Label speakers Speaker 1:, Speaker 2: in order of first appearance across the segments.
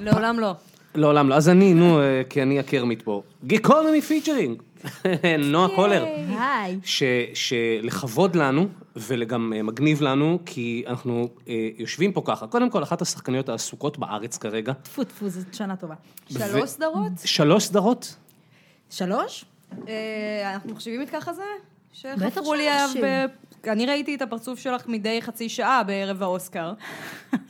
Speaker 1: לעולם לא.
Speaker 2: לעולם לא. אז אני, נו, אה, כי אני הקרמיט פה. גיקונומי פיצ'רינג. נועה קולר.
Speaker 3: היי.
Speaker 2: ש, שלכבוד לנו, וגם אה, מגניב לנו, כי אנחנו אה, יושבים פה ככה. קודם כל, אחת השחקניות העסוקות בארץ כרגע.
Speaker 3: טפו טפו, זאת שנה טובה.
Speaker 2: ו-
Speaker 1: שלוש סדרות?
Speaker 2: שלוש סדרות?
Speaker 1: שלוש? אה, אנחנו מחשיבים את ככה זה?
Speaker 3: בטח
Speaker 1: שחפרו לי
Speaker 3: שנחשיב.
Speaker 1: עליו ב... אני ראיתי את הפרצוף שלך מדי חצי שעה בערב האוסקר.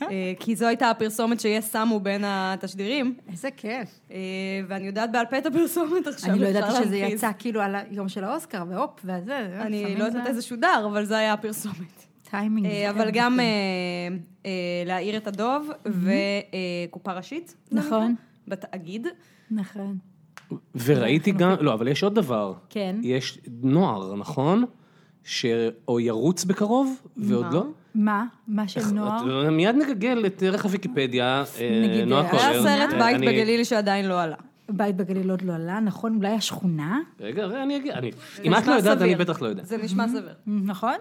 Speaker 1: אה, כי זו הייתה הפרסומת שיש שמו בין התשדירים.
Speaker 3: איזה כיף.
Speaker 1: אה, ואני יודעת בעל פה את הפרסומת עכשיו.
Speaker 3: אני לא
Speaker 1: אפשר
Speaker 3: ידעתי שזה
Speaker 1: להמחיז.
Speaker 3: יצא כאילו על היום של האוסקר, והופ, וזה.
Speaker 1: אני
Speaker 3: לפעמים
Speaker 1: לא
Speaker 3: זה
Speaker 1: יודעת איזה שודר, אבל זה היה הפרסומת.
Speaker 3: טיימינג.
Speaker 1: אה,
Speaker 3: זה
Speaker 1: אבל
Speaker 3: כן.
Speaker 1: גם אה, אה, להאיר את הדוב וקופה ראשית. זה
Speaker 3: נכון.
Speaker 1: נקרא? בתאגיד.
Speaker 3: נכון.
Speaker 2: וראיתי גם, לא, אבל יש עוד דבר.
Speaker 3: כן.
Speaker 2: יש נוער, נכון? שאו ירוץ בקרוב, ועוד
Speaker 1: מה?
Speaker 2: לא.
Speaker 3: מה? מה של נוער?
Speaker 2: נכון, את- מיד נגגל את ערך הוויקיפדיה, אה,
Speaker 3: נגיד,
Speaker 2: נועה
Speaker 3: היה
Speaker 2: קולר. אה,
Speaker 1: היה סרט בית
Speaker 2: אני-
Speaker 1: בגליל שעדיין לא עלה.
Speaker 3: בית בגליל עוד לא עלה, נכון? אולי השכונה?
Speaker 2: רגע, רגע, אני אגיד, אני-
Speaker 1: זה
Speaker 2: אם את
Speaker 1: נשמע
Speaker 2: לא יודעת, אני
Speaker 1: סביר.
Speaker 2: בטח לא יודע.
Speaker 1: זה נשמע סביר.
Speaker 3: נכון.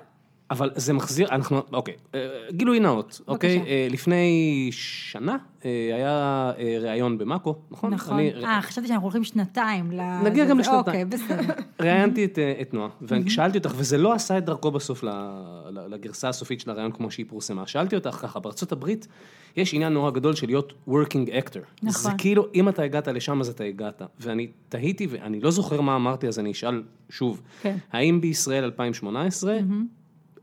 Speaker 2: אבל זה מחזיר, אנחנו, אוקיי, אה, גילוי נאות, אוקיי? אה, לפני שנה אה, היה אה, ראיון במאקו, נכון?
Speaker 3: נכון.
Speaker 2: אני-
Speaker 3: אה, חשבתי שאנחנו הולכים שנתיים. ל-
Speaker 2: נגיע
Speaker 3: זה-
Speaker 2: גם
Speaker 3: זה-
Speaker 2: לשנתיים.
Speaker 3: אוקיי, בסדר.
Speaker 2: ראיינתי את, אה, את נועה, ושאלתי אותך, וזה לא עשה את דרכו בסוף ל- ל- לגרסה הסופית של הראיון כמו שהיא פורסמה, שאלתי אותך ככה, בארצות הברית יש עניין נורא גדול של להיות working actor.
Speaker 3: נכון.
Speaker 2: זה כאילו, אם אתה הגעת לשם, אז אתה הגעת. ואני תהיתי, ואני לא זוכר מה אמרתי, אז אני אשאל שוב,
Speaker 3: כן.
Speaker 2: האם בישראל 2018,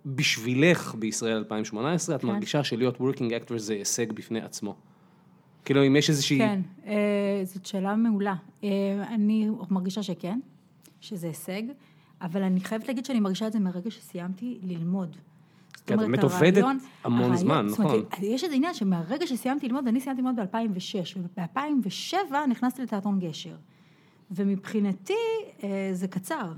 Speaker 2: בשבילך בישראל 2018, את
Speaker 3: כן.
Speaker 2: מרגישה שלהיות working actor זה הישג בפני עצמו? כאילו, אם יש איזושהי...
Speaker 3: כן, אה, זאת שאלה מעולה. אה, אני מרגישה שכן, שזה הישג, אבל אני חייבת להגיד שאני מרגישה את זה מרגע שסיימתי ללמוד. זאת
Speaker 2: כי את
Speaker 3: אומרת,
Speaker 2: באמת עובדת
Speaker 3: הרעיון-
Speaker 2: המון
Speaker 3: הרעיון-
Speaker 2: זמן,
Speaker 3: זאת אומרת,
Speaker 2: נכון.
Speaker 3: אז יש איזה עניין שמהרגע שסיימתי ללמוד, אני סיימתי ללמוד ב-2006, וב-2007 נכנסתי לתיאטרון גשר. ומבחינתי אה, זה קצר.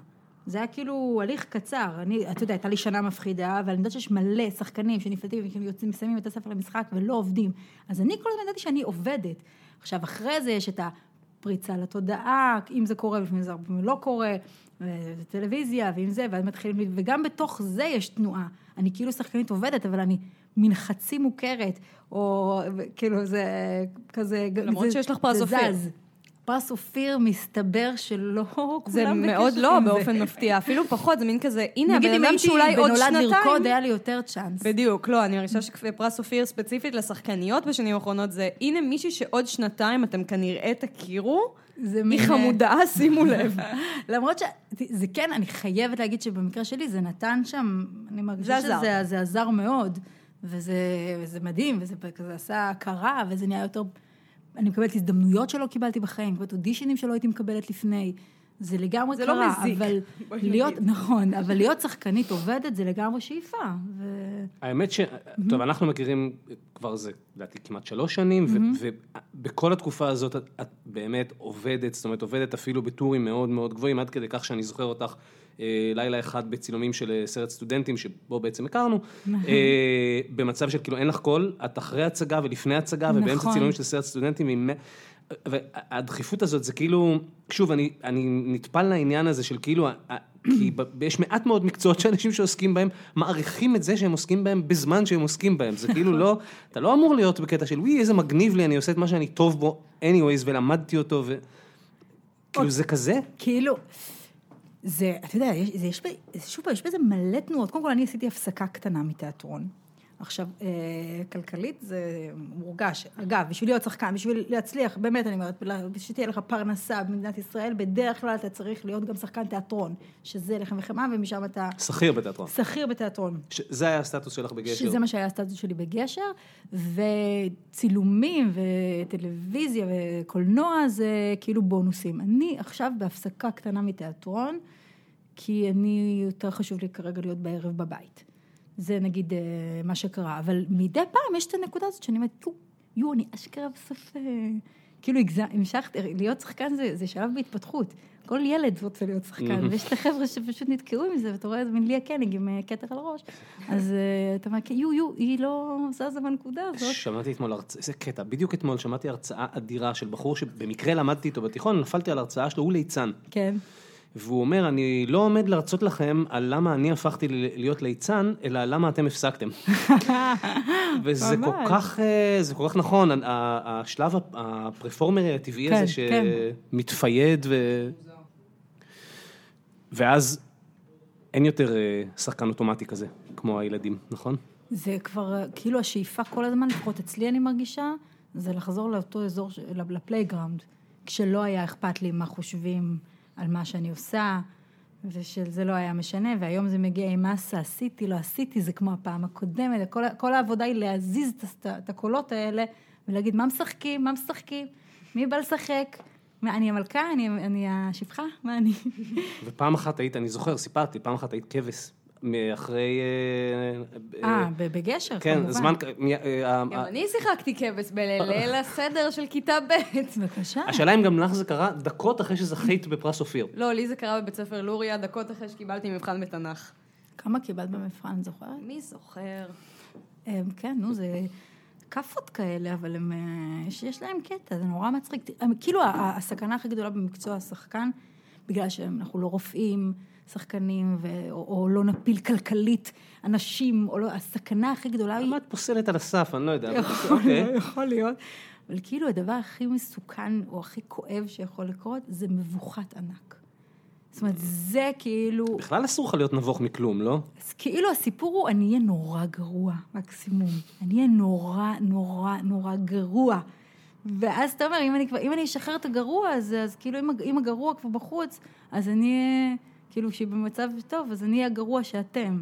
Speaker 3: זה היה כאילו הליך קצר. אני, אתה יודע, הייתה לי שנה מפחידה, אבל אני יודעת שיש מלא שחקנים שנפלטים ויוצאים, מסיימים את הספר למשחק ולא עובדים. אז אני כל הזמן ידעתי שאני עובדת. עכשיו, אחרי זה יש את הפריצה לתודעה, אם זה קורה, לפעמים זה הרבה פעמים לא קורה, וטלוויזיה, ואם זה, ואז מתחילים, ל- וגם בתוך זה יש תנועה. אני כאילו שחקנית עובדת, אבל אני מן חצי מוכרת, או כאילו זה כזה...
Speaker 1: למרות
Speaker 3: זה-
Speaker 1: שיש לך פרס
Speaker 3: זה
Speaker 1: אופיר.
Speaker 3: זז. פרס אופיר מסתבר שלא כולם
Speaker 1: זה
Speaker 3: בקשר
Speaker 1: מאוד לא
Speaker 3: עם זה.
Speaker 1: באופן מפתיע, אפילו פחות, זה מין כזה, הנה
Speaker 3: נגיד
Speaker 1: הבן
Speaker 3: אם
Speaker 1: אדם
Speaker 3: הייתי
Speaker 1: שאולי עוד
Speaker 3: בנולד
Speaker 1: שנתיים...
Speaker 3: לרקוד, היה לי יותר צ'אנס.
Speaker 1: בדיוק, לא, אני מרגישה שפרס אופיר ספציפית לשחקניות בשנים האחרונות זה, הנה מישהי שעוד שנתיים אתם כנראה תכירו,
Speaker 3: זה
Speaker 1: היא
Speaker 3: מין- אה,
Speaker 1: חמודה, שימו לב.
Speaker 3: למרות שזה כן, אני חייבת להגיד שבמקרה שלי זה נתן שם, אני מרגישה
Speaker 1: זה עזר.
Speaker 3: שזה זה עזר מאוד, וזה וזה מדהים, וזה כזה עשה הכרה, וזה נהיה יותר... אני מקבלת הזדמנויות שלא קיבלתי בחיים, מקבלת אודישנים שלא הייתי מקבלת לפני. זה לגמרי
Speaker 1: זה
Speaker 3: קרה,
Speaker 1: לא מזיק,
Speaker 3: אבל
Speaker 1: בואי
Speaker 3: להיות,
Speaker 1: נגיד.
Speaker 3: נכון, אבל להיות שחקנית עובדת זה לגמרי שאיפה. ו...
Speaker 2: האמת ש... טוב, אנחנו מכירים כבר זה, לדעתי, כמעט שלוש שנים, ו- ובכל התקופה הזאת את- את באמת עובדת, זאת אומרת, עובדת אפילו בטורים מאוד מאוד גבוהים, עד כדי כך שאני זוכר אותך אה, לילה אחד בצילומים של אה, סרט סטודנטים, שבו בעצם הכרנו, אה, במצב של כאילו אין לך קול, את אחרי הצגה ולפני הצגה, ובאמצע
Speaker 3: נכון.
Speaker 2: צילומים של סרט סטודנטים, עם... והדחיפות הזאת זה כאילו, שוב, אני, אני נטפל לעניין הזה של כאילו, ה- ה- כי ב- יש מעט מאוד מקצועות שאנשים שעוסקים בהם, מעריכים את זה שהם עוסקים בהם בזמן שהם עוסקים בהם. זה כאילו לא, אתה לא אמור להיות בקטע של, וואי, איזה מגניב לי, אני עושה את מה שאני טוב בו, anyways, ולמדתי אותו, ו... כאילו זה כזה?
Speaker 3: כאילו, זה, אתה יודע, יש, זה, יש, ב- זה שוב, פעם, יש בזה מלא תנועות. קודם כל, אני עשיתי הפסקה קטנה מתיאטרון. עכשיו, אה, כלכלית זה מורגש. אגב, בשביל להיות שחקן, בשביל להצליח, באמת, אני אומרת, לה- שתהיה לך פרנסה במדינת ישראל, בדרך כלל אתה צריך להיות גם שחקן תיאטרון, שזה לחם וחמאה, ומשם אתה
Speaker 2: שכיר בתיאטרון.
Speaker 3: שכיר בתיאטרון.
Speaker 2: ש- זה היה הסטטוס שלך בגשר.
Speaker 3: שזה מה שהיה הסטטוס שלי בגשר, וצילומים וטלוויזיה וקולנוע זה כאילו בונוסים. אני עכשיו בהפסקה קטנה מתיאטרון, כי אני, יותר חשוב לי כרגע להיות בערב בבית. זה נגיד אה, מה שקרה, אבל מדי פעם יש את הנקודה הזאת שאני אומרת, יו, יו, אני אשכרה בסוף... אה, כאילו, הגז- המשכתי, להיות שחקן זה, זה שלב בהתפתחות. כל ילד רוצה להיות שחקן, ויש את החבר'ה שפשוט נתקעו עם זה, ואתה רואה איזה מין ליה קניג עם אה, כתר על הראש. אז אה, אתה אומר, יו, יו, היא לא זזה בנקודה הזאת.
Speaker 2: שמעתי אתמול הרצאה, איזה קטע, בדיוק אתמול שמעתי הרצאה אדירה של בחור שבמקרה למדתי איתו בתיכון, נפלתי על הרצאה שלו, הוא ליצן.
Speaker 3: כן.
Speaker 2: והוא אומר, אני לא עומד להרצות לכם על למה אני הפכתי ל- להיות ליצן, אלא למה אתם הפסקתם. וזה
Speaker 3: ממש.
Speaker 2: כל כך, אה, זה כל כך נכון, ה- ה- השלב הפ- הפרפורמרי הטבעי
Speaker 3: כן,
Speaker 2: הזה
Speaker 3: כן.
Speaker 2: שמתפייד ו... ואז אין יותר אה, שחקן אוטומטי כזה, כמו הילדים, נכון?
Speaker 3: זה כבר, אה, כאילו השאיפה כל הזמן, לפחות אצלי אני מרגישה, זה לחזור לאותו אזור, ש- ל- לפלייגראונד, כשלא היה אכפת לי מה חושבים על מה שאני עושה, ושזה לא היה משנה, והיום זה מגיע עם מסה, עשיתי, לא עשיתי, זה כמו הפעם הקודמת, כל, ה- כל העבודה היא להזיז את, הס- את הקולות האלה, ולהגיד מה משחקים, מה משחקים, מי בא לשחק, מה, אני המלכה, אני, אני השפחה, מה אני?
Speaker 2: ופעם אחת היית, אני זוכר, סיפרתי, פעם אחת היית כבש, מאחרי... אה,
Speaker 3: אה, ב- בגשר,
Speaker 2: כן,
Speaker 3: כמובן.
Speaker 2: זמן... כ- מי- אה,
Speaker 1: גם
Speaker 2: ה-
Speaker 1: אני שיחקתי כבש בליל הסדר של כיתה ב'.
Speaker 3: בבקשה.
Speaker 2: השאלה אם גם לך זה קרה דקות אחרי שזכית בפרס אופיר.
Speaker 1: לא, לי זה קרה בבית ספר לוריה, דקות אחרי שקיבלתי מבחן בתנ"ך.
Speaker 3: כמה קיבלת במבחן, זוכרת?
Speaker 1: מי זוכר?
Speaker 3: הם, כן, נו, זה כאפות כאלה, אבל הם, אה, יש, יש להם קטע, זה נורא מצחיק. ת- הם, כאילו, ה- ה- הסכנה הכי גדולה במקצוע השחקן, בגלל שאנחנו לא רופאים, שחקנים, ו, או, או לא נפיל כלכלית אנשים, או לא, הסכנה הכי גדולה היא...
Speaker 2: למה את פוסלת על הסף? אני לא יודע. אבל
Speaker 3: יכול
Speaker 2: אוקיי.
Speaker 3: להיות, יכול להיות. אבל כאילו הדבר הכי מסוכן או הכי כואב שיכול לקרות זה מבוכת ענק. זאת אומרת, זה כאילו...
Speaker 2: בכלל אסור לך להיות נבוך מכלום, לא?
Speaker 3: אז כאילו הסיפור הוא, אני אהיה נורא גרוע, מקסימום. אני אהיה נורא, נורא, נורא גרוע. ואז אתה אומר, אם אני, כבר, אם אני אשחרר את הגרוע הזה, אז כאילו אם, הג- אם הגרוע כבר בחוץ, אז אני אהיה, כאילו שהיא במצב טוב, אז אני אהיה הגרוע שאתם.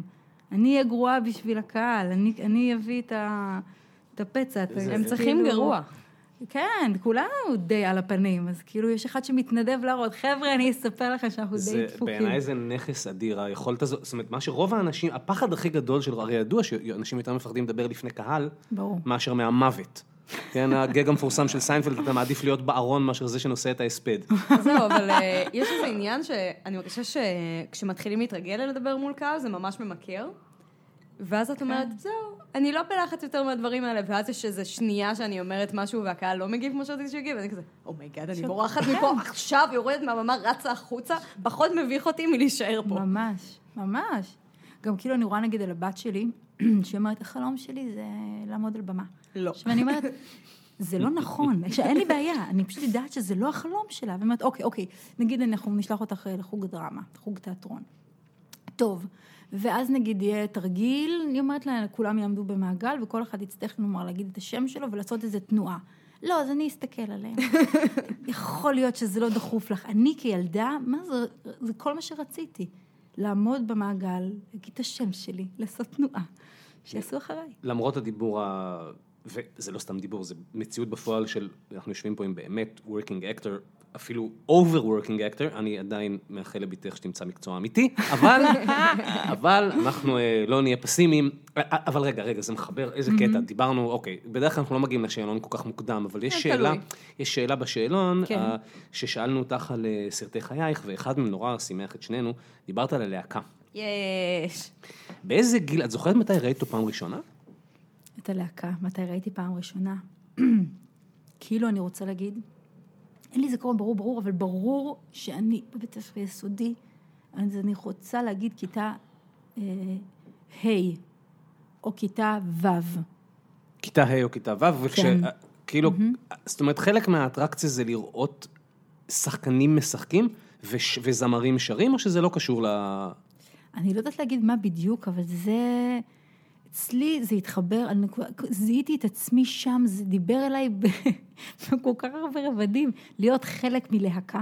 Speaker 3: אני אהיה גרועה בשביל הקהל, אני, אני אביא את, ה, את הפצע. את ה-
Speaker 1: הם צריכים
Speaker 3: כאילו-
Speaker 1: גרוע.
Speaker 3: כן, כולנו די על הפנים, אז כאילו יש אחד שמתנדב להראות, חבר'ה, אני אספר לכם שאנחנו די
Speaker 2: זה,
Speaker 3: דפוקים.
Speaker 2: בעיניי זה נכס אדיר, היכולת הזאת, זאת אומרת, מה שרוב האנשים, הפחד הכי גדול של, הרי ידוע שאנשים יותר מפחדים לדבר לפני קהל,
Speaker 3: ברור.
Speaker 2: מאשר מהמוות. כן, הגג המפורסם של סיינפלד, אתה מעדיף להיות בארון מאשר זה שנושא את ההספד.
Speaker 1: אז זהו, אבל אה, יש איזה עניין שאני מרגישה שכשמתחילים להתרגל לדבר מול קהל, זה ממש ממכר. ואז את
Speaker 3: כן.
Speaker 1: אומרת, זהו, אני לא בלחץ יותר מהדברים האלה, ואז יש איזו שנייה שאני אומרת משהו והקהל לא מגיב כמו שרציתי שיגיב, ואני כזה, אומייגאד, אני בורחת
Speaker 3: כן.
Speaker 1: מפה עכשיו, יורדת מהבמה, רצה החוצה, פחות מביך אותי מלהישאר פה.
Speaker 3: ממש, ממש. גם כאילו אני רואה נגיד על הבת שלי, שהיא אומרת, החלום שלי זה לעמוד על במה.
Speaker 1: לא.
Speaker 3: עכשיו אני אומרת, זה לא נכון, עכשיו אין לי בעיה, אני פשוט יודעת שזה לא החלום שלה. והיא אומרת, אוקיי, אוקיי, נגיד אנחנו נשלח אותך אה, לחוג דרמה, חוג תיאטרון. טוב. ואז נגיד יהיה תרגיל, אני אומרת לה, כולם יעמדו במעגל וכל אחד יצטרך כלומר להגיד את השם שלו ולעשות איזה תנועה. לא, אז אני אסתכל עליהם. יכול להיות שזה לא דחוף לך. אני כילדה, מה זה, זה כל מה שרציתי. לעמוד במעגל, להגיד את השם שלי, לעשות תנועה. שיעשו אחריי.
Speaker 2: למרות הדיבור ה... וזה לא סתם דיבור, זה מציאות בפועל של, אנחנו יושבים פה עם באמת working actor, אפילו over working actor, אני עדיין מאחל לביתך שתמצא מקצוע אמיתי, אבל, אבל אנחנו אה, לא נהיה פסימיים. אה, אה, אבל רגע, רגע, זה מחבר, איזה קטע, דיברנו, אוקיי, בדרך כלל אנחנו לא מגיעים לשאלון כל כך מוקדם, אבל יש
Speaker 1: כן,
Speaker 2: שאלה,
Speaker 1: תלוי.
Speaker 2: יש שאלה בשאלון,
Speaker 3: כן.
Speaker 2: אה, ששאלנו אותך על אה, סרטי חייך, ואחד מהם נורא שימח את שנינו, דיברת על הלהקה.
Speaker 1: יש.
Speaker 2: באיזה גיל, את זוכרת מתי ראית אותו פעם ראשונה?
Speaker 3: את הלהקה, מתי ראיתי פעם ראשונה. כאילו, אני רוצה להגיד, אין לי זיכרון ברור ברור, אבל ברור שאני בבית הספר יסודי, אז אני רוצה להגיד כיתה אה, ה' או כיתה ו'.
Speaker 2: כיתה ה' או כיתה ו', וכש...
Speaker 3: כן.
Speaker 2: כאילו, זאת אומרת, חלק מהאטרקציה זה לראות שחקנים משחקים וש... וזמרים שרים, או שזה לא קשור ל...
Speaker 3: אני לא יודעת להגיד מה בדיוק, אבל זה... אצלי זה התחבר על נקודה, זיהיתי את עצמי שם, זה דיבר אליי ב- בכל כך הרבה רבדים. להיות חלק מלהקה,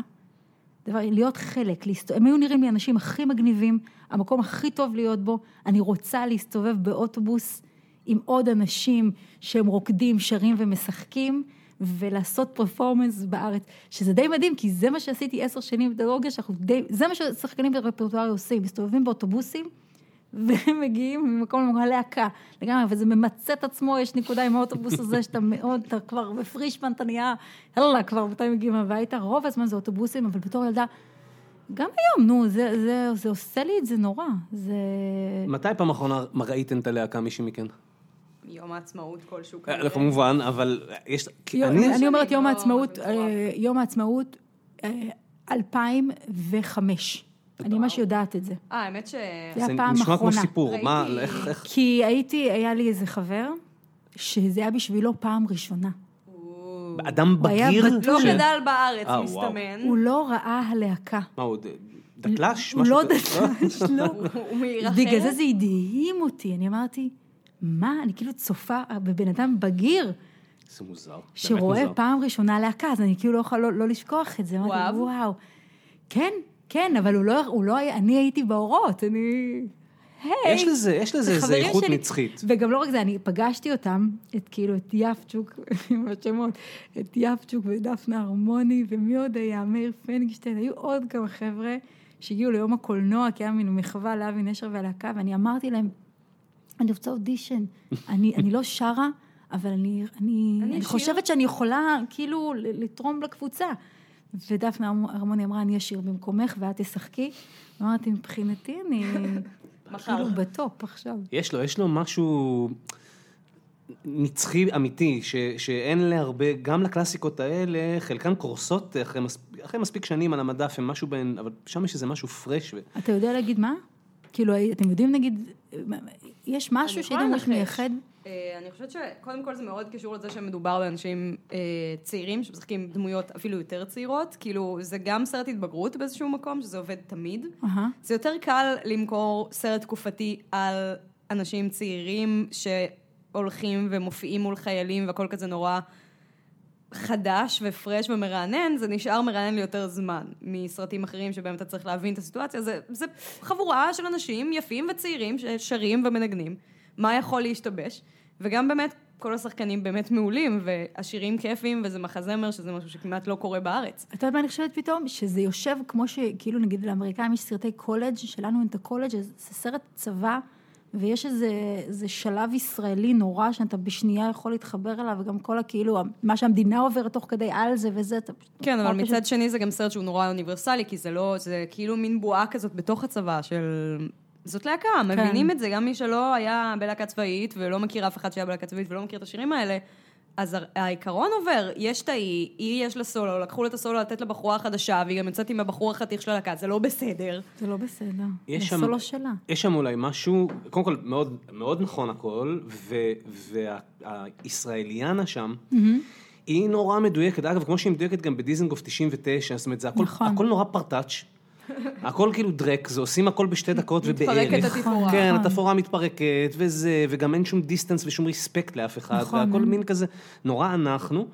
Speaker 3: דבר, להיות חלק, להסת... הם היו נראים לי האנשים הכי מגניבים, המקום הכי טוב להיות בו, אני רוצה להסתובב באוטובוס עם עוד אנשים שהם רוקדים, שרים ומשחקים, ולעשות פרפורמנס בארץ, שזה די מדהים, כי זה מה שעשיתי עשר שנים בפדגוגיה, שאנחנו די, זה מה ששחקנים ברפרטואר עושים, מסתובבים באוטובוסים. והם מגיעים ממקום למקום הלהקה לגמרי, וזה ממצה את עצמו, יש נקודה עם האוטובוס הזה שאתה מאוד, אתה כבר בפרישמן, אתה נהיה, יאללה, כבר מתי מגיעים הביתה, רוב הזמן זה אוטובוסים, אבל בתור ילדה, גם היום, נו, זה, זה, זה עושה לי את זה נורא, זה...
Speaker 2: מתי פעם אחרונה ראיתם את הלהקה, מישהי מכן?
Speaker 1: יום העצמאות כלשהו
Speaker 2: אה,
Speaker 1: כזה.
Speaker 2: כמובן, אבל יש... כי
Speaker 3: יום,
Speaker 2: אני...
Speaker 3: אני אומרת
Speaker 1: שאני
Speaker 3: יום
Speaker 1: לא-
Speaker 3: העצמאות,
Speaker 1: זה מטורף.
Speaker 3: אה, יום העצמאות, אה, 2005. אני ממש יודעת את זה.
Speaker 1: אה, האמת ש...
Speaker 3: זה
Speaker 2: זה
Speaker 3: הפעם
Speaker 2: נשמע כמו
Speaker 3: האחרונה.
Speaker 2: סיפור, מה,
Speaker 1: ראיתי-
Speaker 2: איך, איך...
Speaker 3: כי הייתי, היה לי איזה חבר, שזה היה בשבילו פעם ראשונה.
Speaker 2: אדם
Speaker 3: הוא היה
Speaker 2: בגיר?
Speaker 3: בטוח
Speaker 1: לא
Speaker 2: ש-
Speaker 1: גדל בארץ,
Speaker 2: אה, וואו.
Speaker 1: מסתמן.
Speaker 3: הוא לא ראה הלהקה.
Speaker 2: מה עוד? דתל"ש?
Speaker 3: הוא
Speaker 2: משהו
Speaker 3: לא
Speaker 2: כזה?
Speaker 3: דתל"ש, לא.
Speaker 1: הוא- הוא מעיר אחרת.
Speaker 3: בגלל זה זה הדהים אותי, אני אמרתי, מה, אני כאילו צופה בבן אדם בגיר
Speaker 2: אה, זה מוזר. באמת
Speaker 3: שרואה
Speaker 2: מוזר.
Speaker 3: פעם ראשונה להקה, אז אני כאילו לא יכולה לא- לא לשכוח את זה.
Speaker 1: הוא
Speaker 3: אמרתי,
Speaker 1: אהב?
Speaker 3: וואו. כן, כן, אבל הוא לא- הוא לא היה, אני הייתי באורות, אני... היי.
Speaker 2: יש לזה, יש לזה
Speaker 3: זה
Speaker 2: איזה
Speaker 3: חברים
Speaker 2: איכות
Speaker 3: שלי.
Speaker 2: נצחית.
Speaker 3: וגם לא רק זה, אני פגשתי אותם, את כאילו, את יפצ'וק, עם השמות, את יפצ'וק ודפנה הרמוני, ומי עוד היה? מאיר פנגשטיין, היו עוד כמה חבר'ה שהגיעו ליום הקולנוע, כי היה מין מחווה לאבי נשר והלהקה, ואני אמרתי להם, אני רוצה אודישן, אני, אני לא שרה, אבל אני, אני, אני,
Speaker 1: אשיר.
Speaker 3: אני חושבת שאני יכולה כאילו ל- לתרום לקבוצה. ודפנה הרמוני אמרה, אני אשיר במקומך ואת תשחקי. אמרתי, מבחינתי אני
Speaker 1: מחר.
Speaker 3: כאילו בטופ עכשיו.
Speaker 2: יש לו, יש לו משהו נצחי אמיתי, ש, שאין להרבה, גם לקלאסיקות האלה, חלקן קורסות אחרי, מס, אחרי מספיק שנים על המדף, הם משהו בין, אבל שם יש איזה משהו פרש. ו...
Speaker 3: אתה יודע להגיד מה? כאילו, אתם יודעים, נגיד, יש משהו
Speaker 1: אני יכולה
Speaker 3: שגם
Speaker 1: לנחש.
Speaker 3: מייחד?
Speaker 1: אה, אני חושבת שקודם כל זה מאוד קשור לזה שמדובר באנשים אה, צעירים שמשחקים דמויות אפילו יותר צעירות, כאילו זה גם סרט התבגרות באיזשהו מקום, שזה עובד תמיד.
Speaker 3: אהה.
Speaker 1: זה יותר קל למכור סרט תקופתי על אנשים צעירים שהולכים ומופיעים מול חיילים והכל כזה נורא חדש ופרש ומרענן, זה נשאר מרענן ליותר זמן מסרטים אחרים שבהם אתה צריך להבין את הסיטואציה. זה, זה חבורה של אנשים יפים וצעירים ששרים ומנגנים. מה יכול להשתבש? וגם באמת, כל השחקנים באמת מעולים, והשירים כיפיים, וזה מחזמר, שזה משהו שכמעט לא קורה בארץ.
Speaker 3: אתה יודעת מה אני חושבת פתאום? שזה יושב כמו שכאילו נגיד לאמריקאים יש סרטי קולג', שלנו אין את הקולג', אז זה סרט צבא, ויש איזה, איזה שלב ישראלי נורא שאתה בשנייה יכול להתחבר אליו, וגם כל הכאילו, מה שהמדינה עוברת תוך כדי על זה וזה, אתה פשוט...
Speaker 1: כן, אבל
Speaker 3: אתה פשוט-
Speaker 1: מצד שני זה גם סרט שהוא נורא אוניברסלי, כי זה לא, זה כאילו מין בועה כזאת בתוך הצבא של... זאת להקה, מבינים את זה, גם מי שלא היה בלהקה צבאית ולא מכיר אף אחד שהיה בלהקה צבאית ולא מכיר את השירים האלה, אז הר- העיקרון עובר, יש את ההיא, היא יש לה סולו, לקחו לה את הסולו לתת לבחורה החדשה, והיא גם יוצאת עם הבחור החתיך של הלהקה, זה לא בסדר.
Speaker 3: זה לא בסדר.
Speaker 2: יש שם-
Speaker 3: זה לא
Speaker 2: אה,
Speaker 3: סולו שלה.
Speaker 2: יש שם אולי משהו, קודם כל מאוד, מאוד נכון הכל, והישראליאנה שם, היא נורא מדויקת, אגב, כמו שהיא מדויקת גם בדיזנגוף 99, זאת אומרת, זה הכל,
Speaker 3: נכון.
Speaker 2: הכל נורא פרטאץ', הכל כאילו דרק, זה עושים הכל בשתי דקות ובערך.
Speaker 1: מתפרקת התפאורה.
Speaker 2: כן,
Speaker 3: נכון.
Speaker 2: התפאורה מתפרקת, וזה, וגם אין שום דיסטנס ושום ריספקט לאף אחד,
Speaker 3: נכון.
Speaker 2: והכל מין כזה, נורא אנחנו.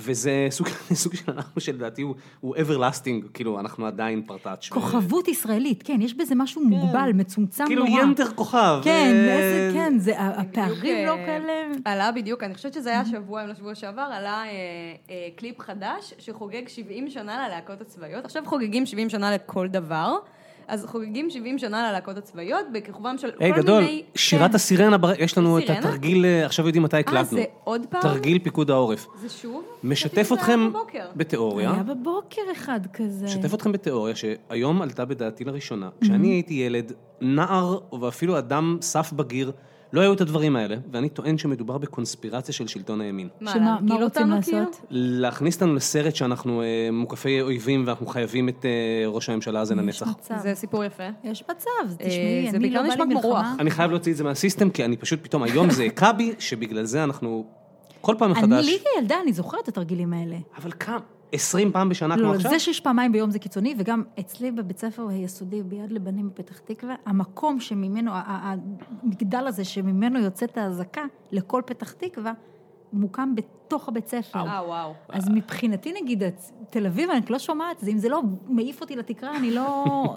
Speaker 2: וזה סוג, סוג של אנחנו שלדעתי הוא, הוא everlasting, כאילו אנחנו עדיין פרטאץ'.
Speaker 3: כוכבות ישראלית, כן, יש בזה משהו מוגבל, מצומצם נורא.
Speaker 2: כאילו ינטר כוכב.
Speaker 3: כן,
Speaker 2: אה,
Speaker 3: איזה, כן, זה,
Speaker 1: בדיוק,
Speaker 3: הפערים לא
Speaker 1: אה,
Speaker 3: כאלה...
Speaker 1: עלה בדיוק, אני חושבת שזה היה שבוע, אם לא שבוע שעבר, עלה אה, אה, קליפ חדש שחוגג 70 שנה ללהקות הצבאיות. עכשיו חוגגים 70 שנה לכל דבר, אז חוגגים 70 שנה ללהקות הצבאיות בכיכובם של
Speaker 2: היי,
Speaker 1: כל
Speaker 2: גדול,
Speaker 1: מיני... כן.
Speaker 2: שירת הסירנה, בר- יש לנו את
Speaker 1: סירנה?
Speaker 2: התרגיל, אה, עכשיו יודעים מתי הקלטנו.
Speaker 1: זה עוד פעם?
Speaker 2: תרגיל פיקוד העורף.
Speaker 1: זה שוב? חשבתי
Speaker 2: משתף
Speaker 1: שזה היה
Speaker 2: אתכם
Speaker 1: בבוקר. אה.
Speaker 2: בתיאוריה,
Speaker 3: היה בבוקר אחד כזה.
Speaker 2: משתף אתכם בתיאוריה שהיום עלתה בדעתי לראשונה. כשאני הייתי ילד, נער ואפילו אדם סף בגיר, לא היו את הדברים האלה, ואני טוען שמדובר בקונספירציה של שלטון הימין.
Speaker 1: מה,
Speaker 3: שמה מה
Speaker 1: להרגיל
Speaker 3: רוצים
Speaker 1: אותנו כאילו?
Speaker 3: לעשות?
Speaker 2: להכניס אותנו לסרט שאנחנו אה, מוקפי אויבים ואנחנו חייבים את אה, ראש הממשלה הזה לנצח.
Speaker 3: יש מצב.
Speaker 1: זה סיפור יפה.
Speaker 3: יש מצב,
Speaker 1: אה,
Speaker 3: תשמעי,
Speaker 1: זה
Speaker 3: אני
Speaker 1: בעיקר
Speaker 3: לא בא
Speaker 1: נשמע
Speaker 3: לי
Speaker 1: כמו רוח.
Speaker 3: מלחמה.
Speaker 2: אני חייב להוציא את זה מהסיסטם, כי אני פשוט פתאום, היום זה הכה בי, שבגלל זה אנחנו כל פעם
Speaker 3: אני
Speaker 2: מחדש...
Speaker 3: לי כילדה, אני זוכרת את התרגילים האלה.
Speaker 2: אבל כמה? 20 פעם בשנה כמו
Speaker 3: לא,
Speaker 2: עכשיו?
Speaker 3: זה שיש פעמיים ביום זה קיצוני, וגם אצלי בבית ספר היסודי ביד לבנים בפתח תקווה, המקום שממנו, ה- ה- המגדל הזה שממנו יוצאת האזעקה לכל פתח תקווה, מוקם בתוך הבית ספר.
Speaker 1: אה, וואו.
Speaker 3: אז מבחינתי נגיד, את- תל אביב, אני לא שומעת זה, אם זה לא מעיף אותי לתקרה, אני לא...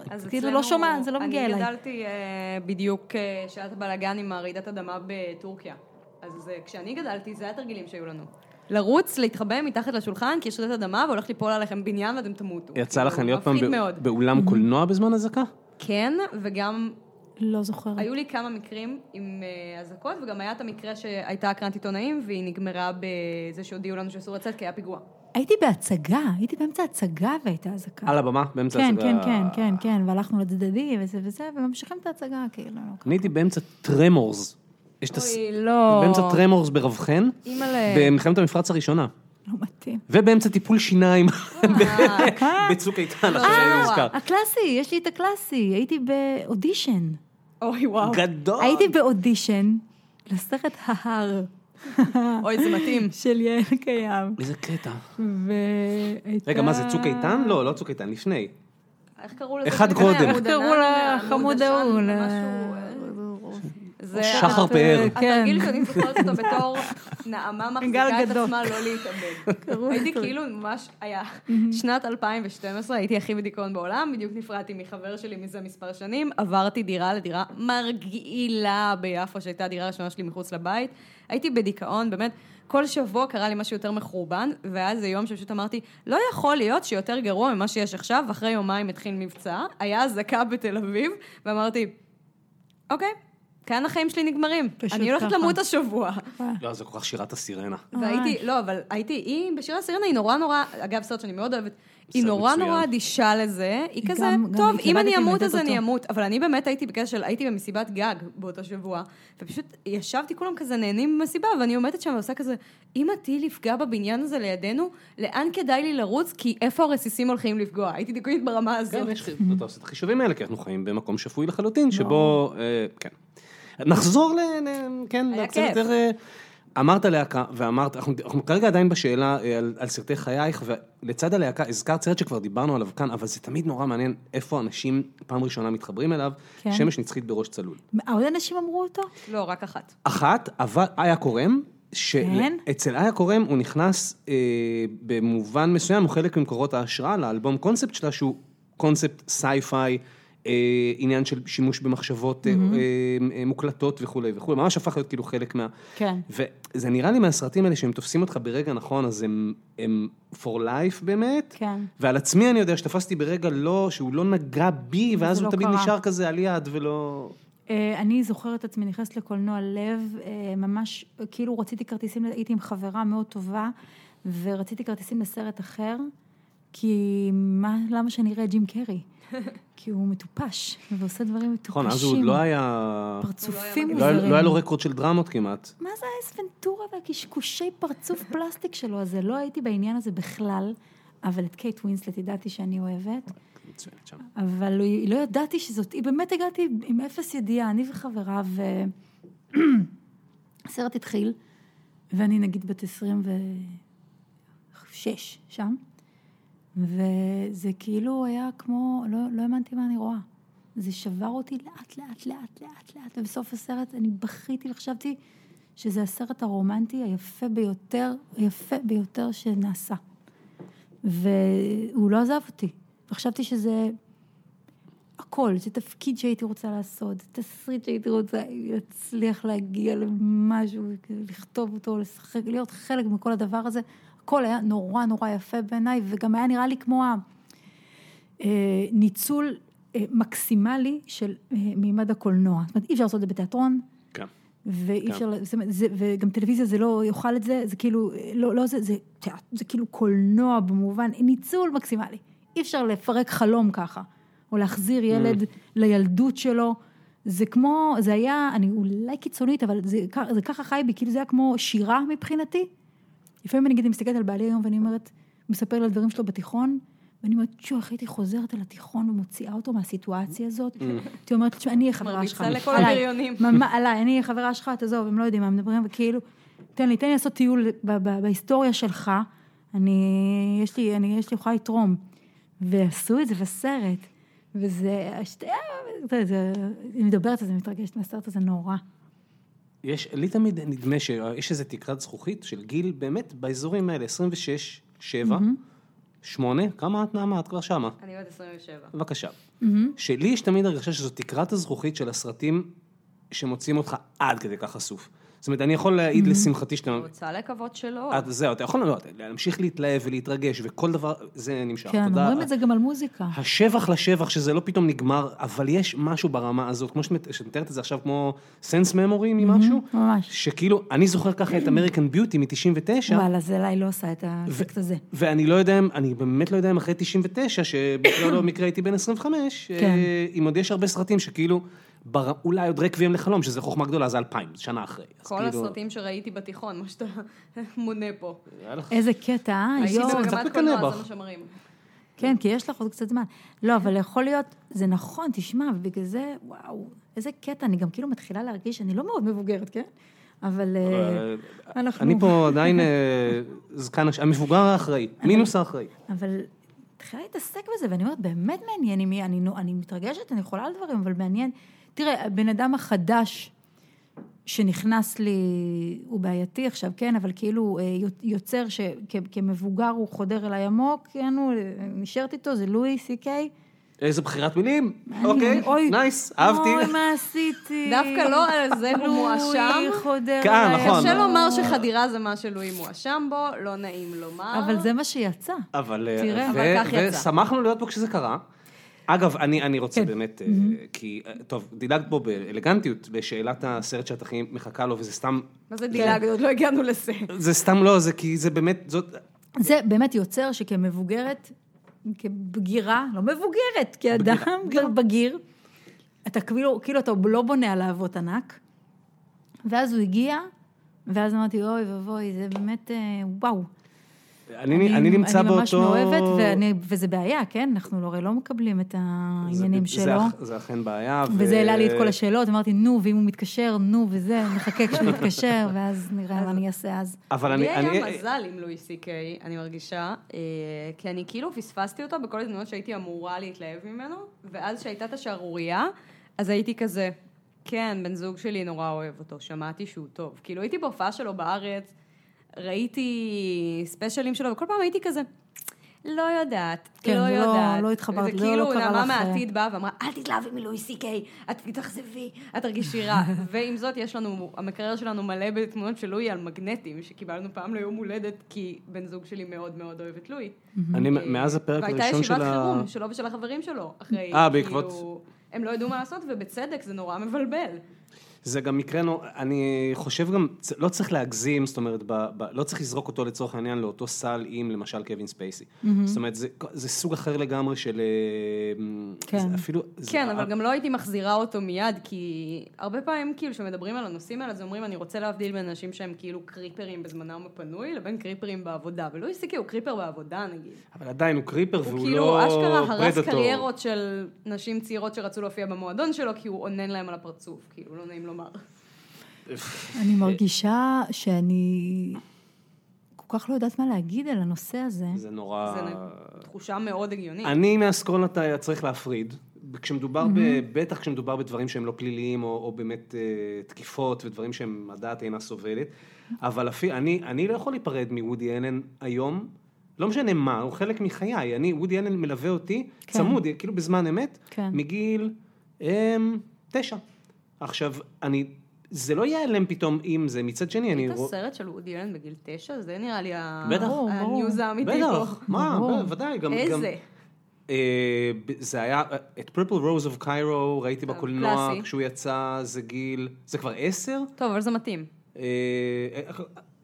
Speaker 1: אז
Speaker 3: כאילו,
Speaker 1: אצלנו-
Speaker 3: לא שומעת, זה לא מגיע
Speaker 1: אני
Speaker 3: אליי.
Speaker 1: גדלתי אה, בדיוק אה, שעת הבלאגן עם הרעידת אדמה בטורקיה. אז אה, כשאני גדלתי, זה התרגילים שהיו לנו. לרוץ, להתחבא מתחת לשולחן, כי יש רעידת אדמה והולך ליפול עליכם בניין ואתם תמותו.
Speaker 2: יצא לכם
Speaker 1: כאילו,
Speaker 2: להיות פעם
Speaker 1: מפחיד
Speaker 2: בא-
Speaker 1: מאוד.
Speaker 2: באולם קולנוע בזמן אזעקה?
Speaker 1: כן, וגם
Speaker 3: לא זוכרת.
Speaker 1: היו לי כמה מקרים עם אה, אזעקות, וגם היה את המקרה שהייתה הקרנת עיתונאים, והיא נגמרה בזה שהודיעו לנו שאסור לצאת, כי היה פיגוע.
Speaker 3: הייתי בהצגה, הייתי באמצע הצגה והייתה אזעקה.
Speaker 2: על הבמה, באמצע
Speaker 3: כן,
Speaker 2: ההצגה.
Speaker 3: כן, כן, כן, כן, והלכנו לצדדי וזה וזה, וממשיכים את ההצגה, כאילו. לא.
Speaker 2: אני הייתי באמצע טרמורס. יש את הס...
Speaker 1: אוי, לא.
Speaker 2: באמצע טרמורס ברב חן,
Speaker 1: אימא'לה.
Speaker 2: במלחמת המפרץ הראשונה.
Speaker 4: לא מתאים.
Speaker 2: ובאמצע טיפול שיניים
Speaker 3: אה, כן.
Speaker 2: בצוק איתן, עכשיו אני
Speaker 1: וואו.
Speaker 2: נזכר.
Speaker 3: הקלאסי, יש לי את הקלאסי, הייתי באודישן.
Speaker 4: אוי, וואו.
Speaker 2: גדול.
Speaker 3: אוקיי. הייתי באודישן לסרט ההר
Speaker 1: אוי, זה מתאים.
Speaker 3: של יעל קיים.
Speaker 2: איזה קטע.
Speaker 3: והייתה...
Speaker 2: רגע, מה זה,
Speaker 3: אה.
Speaker 2: צוק איתן? לא, לא צוק איתן, לפני.
Speaker 1: איך קראו לזה?
Speaker 2: אחד
Speaker 1: לפני
Speaker 2: קודם.
Speaker 1: עמוד
Speaker 3: איך קראו
Speaker 1: ענן,
Speaker 3: לחמוד
Speaker 1: עמוד
Speaker 3: ההוא?
Speaker 1: עשן,
Speaker 3: ל-
Speaker 1: משהו, אה, זה-
Speaker 2: שחר פאר.
Speaker 1: התרגיל שאני זוכרת אותו בתור נעמה מחזיקה
Speaker 3: כן. גל
Speaker 1: את
Speaker 3: גדות.
Speaker 1: עצמה לא להתאבד. הייתי כאילו ממש, היה שנת 2012, הייתי הכי בדיכאון בעולם, בדיוק נפרדתי מחבר שלי מזה מספר שנים, עברתי דירה לדירה מרגילה ביפו, שהייתה הדירה הראשונה שלי מחוץ לבית. הייתי בדיכאון, באמת, כל שבוע קרה לי משהו יותר מחורבן, והיה איזה יום שפשוט אמרתי, לא יכול להיות שיותר גרוע ממה שיש עכשיו, אחרי יומיים התחיל מבצע, היה אזעקה בתל אביב, ואמרתי, אוקיי, כאן החיים שלי נגמרים.
Speaker 3: פשוט
Speaker 1: אני הולכת
Speaker 3: ככה.
Speaker 1: למות השבוע.
Speaker 2: לא, זה כל כך שירת הסירנה.
Speaker 1: והייתי, לא, אבל הייתי, היא, בשירה הסירנה היא נורא נורא, אגב, סרט שאני מאוד אוהבת, היא
Speaker 2: סרט
Speaker 1: נורא
Speaker 2: מצוין.
Speaker 1: נורא אדישה לזה, היא
Speaker 3: גם-
Speaker 1: כזה,
Speaker 3: גם
Speaker 1: טוב, אם
Speaker 3: התלבטתי
Speaker 1: אני
Speaker 3: אם
Speaker 1: אמות
Speaker 3: לתת
Speaker 1: אז אני
Speaker 3: אותו."
Speaker 1: אמות, אבל אני באמת הייתי בקשר של, הייתי במסיבת גג באותו שבוע, ופשוט ישבתי, כולם כזה נהנים במסיבה, ואני עומדת שם ועושה כזה, אם הטיל יפגע בבניין הזה לידינו, לאן כדאי לי לרוץ, כי איפה הרסיסים הולכים לפגוע? הייתי דיכאית ברמה הזאת.
Speaker 2: כן, יש חישוב, אתה עושה את החישובים האלה, כי אנחנו חיים במקום שפוי לחלוטין, שבו, אה, כן. נחזור ל... ל- כן,
Speaker 1: היה
Speaker 2: להקצב
Speaker 1: כיף.
Speaker 2: יותר... אה, אמרת להקה, ואמרת, אנחנו- אנחנו כרגע עדיין בשאלה אה, על- על סרטי חייך, ולצד הלהקה הזכרת סרט שכבר דיברנו עליו כאן, אבל זה תמיד נורא מעניין איפה אנשים פעם ראשונה מתחברים אליו,
Speaker 3: כן.
Speaker 2: שמש נצחית בראש צלול.
Speaker 3: אה, עוד אנשים אמרו אותו?
Speaker 1: לא, רק אחת.
Speaker 2: אחת, אבל איה קורם,
Speaker 3: כן.
Speaker 2: שאצל איה קורם הוא נכנס אה, במובן מסוים, הוא חלק ממקורות ההשראה לאלבום קונספט שלה, שהוא קונספט סייפיי, אה, עניין של שימוש במחשבות אה, אה, אה, מוקלטות וכולי וכולי, ממש הפך להיות כאילו חלק מה...
Speaker 3: כן.
Speaker 2: וזה נראה לי מהסרטים האלה שהם תופסים אותך ברגע נכון, אז הם, הם for life באמת.
Speaker 3: כן.
Speaker 2: ועל עצמי אני יודע שתפסתי ברגע לא, שהוא לא נגע בי, ואז
Speaker 3: זה
Speaker 2: הוא
Speaker 3: לא
Speaker 2: תמיד
Speaker 3: קרה.
Speaker 2: נשאר כזה על יד ולא...
Speaker 3: אה, אני זוכרת את עצמי נכנסת לקולנוע לב, אה, ממש אה, כאילו רציתי כרטיסים, הייתי עם חברה מאוד טובה, ורציתי כרטיסים לסרט אחר, כי מה, למה שאני אראה את ג'ים קרי? כי הוא מטופש, ועושה דברים מטופשים.
Speaker 2: נכון, אז הוא עוד לא היה...
Speaker 3: פרצופים
Speaker 1: הוא
Speaker 2: לא היה-
Speaker 3: מוזרים.
Speaker 2: לא היה לו רקורד של דרמות כמעט.
Speaker 3: מה זה האס ונטורה והקשקושי פרצוף פלסטיק שלו הזה? לא הייתי בעניין הזה בכלל, אבל את קייט ווינסלט ידעתי שאני אוהבת.
Speaker 2: מצוינת שם.
Speaker 3: אבל לא- לא ידעתי שזאת, היא באמת הגעתי עם אפס ידיעה, אני וחברה, והסרט התחיל, ואני נגיד בת 26 שם, וזה כאילו היה כמו, לא, לא האמנתי מה אני רואה. זה שבר אותי לאט, לאט, לאט, לאט, לאט, ובסוף הסרט אני בכיתי וחשבתי שזה הסרט הרומנטי היפה ביותר, היפה ביותר שנעשה. והוא לא עזב אותי. וחשבתי שזה הכל, זה תפקיד שהייתי רוצה לעשות, זה תסריט שהייתי רוצה להצליח להגיע למשהו, לכתוב אותו, לשחק, להיות חלק מכל הדבר הזה. הכל היה נורא נורא יפה בעיניי, וגם היה נראה לי כמו הניצול אה, מקסימלי של אה, מימד הקולנוע. זאת אומרת, אי אפשר לעשות את זה בתיאטרון,
Speaker 2: כן.
Speaker 3: ואי
Speaker 2: כן.
Speaker 3: אפשר, לה- זאת אומרת, זה, וגם טלוויזיה זה לא יאכל את זה, זה כאילו, לא, לא זה, זה, תיאט- זה כאילו קולנוע במובן, ניצול מקסימלי. אי אפשר לפרק חלום ככה, או להחזיר ילד לילדות שלו. זה כמו, זה היה, אני אולי קיצונית, אבל זה, כ- זה ככה חי בי, כאילו זה היה כמו שירה מבחינתי. לפעמים אני נגיד, אני מסתכלת על בעלי היום ואני אומרת, הוא מספר לי על דברים שלו בתיכון, ואני אומרת, שו, איך הייתי חוזרת אל התיכון ומוציאה אותו מהסיטואציה הזאת. הייתי אומרת, תשמע, אני אהיה חברה שלך.
Speaker 1: מרביצה לכל
Speaker 3: עליי.
Speaker 1: הבריונים.
Speaker 3: ממש, עליי, אני חברה שלך, תעזוב, הם לא יודעים מה הם מדברים, וכאילו, תן לי, תן לי לעשות טיול ב- ב- בהיסטוריה שלך, אני, יש לי, אני, יש לי, יכולה לתרום. ועשו את זה בסרט, וזה, השת... אה, זה, זה, אני מדברת על זה, מתרגשת מהסרט הזה נורא.
Speaker 2: יש, לי תמיד נדמה שיש איזו תקרת זכוכית של גיל באמת באזורים האלה, 26, 7, 8, כמה את נעמה? את כבר שמה.
Speaker 1: אני בת 27.
Speaker 2: בבקשה. שלי יש תמיד הרגשה שזו תקרת הזכוכית של הסרטים שמוציאים אותך עד כדי כך חשוף. זאת אומרת, אני יכול להעיד לשמחתי שאתה...
Speaker 1: רוצה לקוות שלא.
Speaker 2: את- זהו, אתה יכול לא, אתה- להמשיך להתלהב ולהתרגש, וכל דבר, זה נמשך.
Speaker 3: כן,
Speaker 2: תודה.
Speaker 3: אומרים את זה גם על מוזיקה.
Speaker 2: השבח לשבח, שזה לא פתאום נגמר, אבל יש משהו ברמה הזאת, כמו שאת שאת מתארת את זה עכשיו, כמו סנס ממורי ממשהו,
Speaker 3: ממש.
Speaker 2: שכאילו, אני זוכר ככה את אמריקן ביוטי מ-99,
Speaker 3: וואלה, זה אליי לא עשה את האפקט הזה.
Speaker 2: ואני לא יודע, אם- אני באמת לא יודע אם אחרי 99, שבכלל לא במקרה הייתי בן 25,
Speaker 3: כן.
Speaker 2: אה, אם עוד יש הרבה סרטים שכאילו, בר... אולי עוד רקבים לחלום, שזה חוכמה גדולה, זה אלפיים, זה שנה אחרי. אז
Speaker 1: כל
Speaker 2: כאילו-
Speaker 1: הסרטים שראיתי בתיכון, מה שאתה מונה פה.
Speaker 2: היה לך-
Speaker 3: איזה קטע, אה,
Speaker 1: הייתי
Speaker 3: יואו.
Speaker 2: קצת
Speaker 1: במגמת
Speaker 2: מקנא
Speaker 1: קולנוע,
Speaker 2: בך.
Speaker 1: זה מה שאומרים.
Speaker 3: כן, כי יש לך עוד קצת זמן.
Speaker 2: כן.
Speaker 3: לא, אבל יכול להיות, זה נכון, תשמע, ובגלל זה, וואו, איזה קטע, אני גם כאילו מתחילה להרגיש שאני לא מאוד מבוגרת, כן? אבל אה,
Speaker 2: אה,
Speaker 3: אנחנו...
Speaker 2: אני פה עדיין אה, זקן, הש- המבוגר האחראי, מינוס האחראי.
Speaker 3: אבל התחילה להתעסק בזה, ואני אומרת, באמת מעניין עם מי, אני, נו- אני מתרגשת, אני חולה על דברים, אבל מעניין. תראה, הבן אדם החדש שנכנס לי, הוא בעייתי עכשיו, כן, אבל כאילו אה, יו- יוצר שכמבוגר הוא חודר אליי עמוק, כן, הוא, אה, נשארת איתו, זה לואי סי קיי.
Speaker 2: איזה בחירת מילים,
Speaker 3: אני-
Speaker 2: אוקיי,
Speaker 3: אוי,
Speaker 2: נייס, אהבתי.
Speaker 3: אוי, מה עשיתי?
Speaker 1: דווקא לא על זה הוא מואשם.
Speaker 3: לואי חודר
Speaker 2: כן,
Speaker 3: אליי
Speaker 2: נכון.
Speaker 1: קשה
Speaker 3: עמוק.
Speaker 1: לומר שחדירה זה מה שלואי מואשם בו, לא נעים לומר.
Speaker 3: אבל זה מה שיצא.
Speaker 2: אבל אה,
Speaker 3: תראה,
Speaker 2: ו-
Speaker 1: אבל כך יצא.
Speaker 2: ושמחנו להיות פה כשזה קרה. אגב, אני, אני רוצה
Speaker 3: כן.
Speaker 2: באמת, אה, כי, אה, טוב, דילגת פה באלגנטיות בשאלת הסרט שאת הכי מחכה לו, וזה סתם,
Speaker 1: מה זה
Speaker 3: כן.
Speaker 1: דילגת? עוד לא הגענו לזה.
Speaker 2: זה סתם לא, זה כי זה באמת, זאת,
Speaker 3: זה באמת יוצר שכמבוגרת, כבגירה, לא מבוגרת, כאדם כבר בגיר, אתה כאילו, כאילו אתה לא בונה עליו אהבות ענק, ואז הוא הגיע, ואז אמרתי, אוי ואבוי, זה באמת, אה, וואו.
Speaker 2: אני, אני, אני נמצא
Speaker 3: אני
Speaker 2: באותו...
Speaker 3: ממש מאוהבת, ואני, וזה בעיה, כן? אנחנו הרי לא מקבלים את העניינים
Speaker 2: זה,
Speaker 3: שלו.
Speaker 2: זה, אכ- זה אכן בעיה.
Speaker 3: וזה העלה לי את כל השאלות, אמרתי, נו, ואם הוא מתקשר, נו, וזה, נחכה כשהוא יתקשר, ואז נראה מה אני אעשה אז.
Speaker 1: לי
Speaker 2: אבל אני, אני,
Speaker 1: היה מזל עם לואי סי קיי, אני מרגישה, אה, כי אני כאילו פספסתי אותו בכל הזדמנות שהייתי אמורה להתלהב ממנו, ואז שהייתה את השערורייה, אז הייתי כזה, כן, בן זוג שלי נורא אוהב אותו, שמעתי שהוא טוב. כאילו הייתי בהופעה שלו בארץ, ראיתי ספיישלים שלו, וכל פעם הייתי כזה. לא יודעת,
Speaker 3: כן,
Speaker 1: לא
Speaker 3: לא-
Speaker 1: יודעת.
Speaker 3: לא התחברת,
Speaker 1: זה
Speaker 3: לא- לא
Speaker 1: כאילו
Speaker 3: קרה
Speaker 1: נעמה
Speaker 3: לך, אה.
Speaker 1: מהעתיד באה ואמרה, אל תתלהבי מלואי סי קיי, את תתאכזבי, את תרגישי רע. ועם זאת, יש לנו, המקרר שלנו מלא בתמונות של לואי על מגנטים, שקיבלנו פעם ליום הולדת, כי בן זוג שלי מאוד מאוד אוהב את לואי.
Speaker 2: אני מאז הפרק
Speaker 1: והייתה
Speaker 2: הראשון
Speaker 1: ישיבת
Speaker 2: של ה...
Speaker 1: חירום שלו ושל החברים שלו, אחרי,
Speaker 2: אה, בעקבות-
Speaker 1: כאילו, הם לא ידעו מה לעשות, ובצדק, זה נורא מבלבל.
Speaker 2: זה גם מקרה, נו- אני חושב גם, צ- לא צריך להגזים, זאת אומרת, ב, ב, לא צריך לזרוק אותו לצורך העניין לאותו סל עם למשל קווין ספייסי. Mm-hmm. זאת אומרת, זה, זה סוג אחר לגמרי של... אה,
Speaker 3: כן.
Speaker 2: זה אפילו...
Speaker 1: כן,
Speaker 2: זה,
Speaker 1: אבל גם לא הייתי מחזירה אותו מיד, כי הרבה פעמים כאילו כשמדברים על הנושאים האלה, אז אומרים, אני רוצה להבדיל בין אנשים שהם כאילו קריפרים בזמנם הפנוי, לבין קריפרים בעבודה. ולואי סיקי הוא קריפר בעבודה, נגיד.
Speaker 2: אבל עדיין הוא קריפר
Speaker 1: הוא
Speaker 2: והוא לא...
Speaker 1: כאילו אשכרה הרס
Speaker 2: פרדטור.
Speaker 1: קריירות של נשים צעירות שרצו להופיע במועדון שלו, כי הוא אונן להם על הפרצוף, כאילו, לא נעים לומר.
Speaker 3: אני מרגישה שאני כל כך לא יודעת מה להגיד על הנושא הזה.
Speaker 2: זה נורא...
Speaker 1: זה נ- תחושה מאוד הגיונית.
Speaker 2: אני מהסקרול אתה צריך להפריד. כשמדובר, ב, בטח כשמדובר בדברים שהם לא פליליים, או, או באמת אה, תקיפות ודברים שהם הדעת אינה סובלת, אבל אפילו, אני, אני לא יכול להיפרד מוודי אלן היום, לא משנה מה, הוא חלק מחיי, אני, וודי אלן מלווה אותי,
Speaker 3: כן.
Speaker 2: צמוד, כאילו בזמן אמת,
Speaker 3: כן.
Speaker 2: מגיל אמ, תשע. עכשיו, אני, זה לא ייעלם פתאום אם זה, מצד שני, אני...
Speaker 1: ראית
Speaker 2: רוא-
Speaker 1: סרט של וודי אלן בגיל תשע? זה נראה לי ה-
Speaker 2: בטח. ברור,
Speaker 3: ברור.
Speaker 1: הניוז האמיתי פה.
Speaker 2: בטח, מה,
Speaker 3: ברור.
Speaker 2: בוודאי, גם... גם-
Speaker 1: איזה?
Speaker 2: אה, ב- זה היה, אה, את פרפל רוז אוף קיירו ראיתי
Speaker 1: אה,
Speaker 2: בקולנוע,
Speaker 1: קלאסי.
Speaker 2: כשהוא יצא, זה גיל, זה כבר עשר?
Speaker 1: טוב, אבל זה מתאים.
Speaker 2: אה, אה,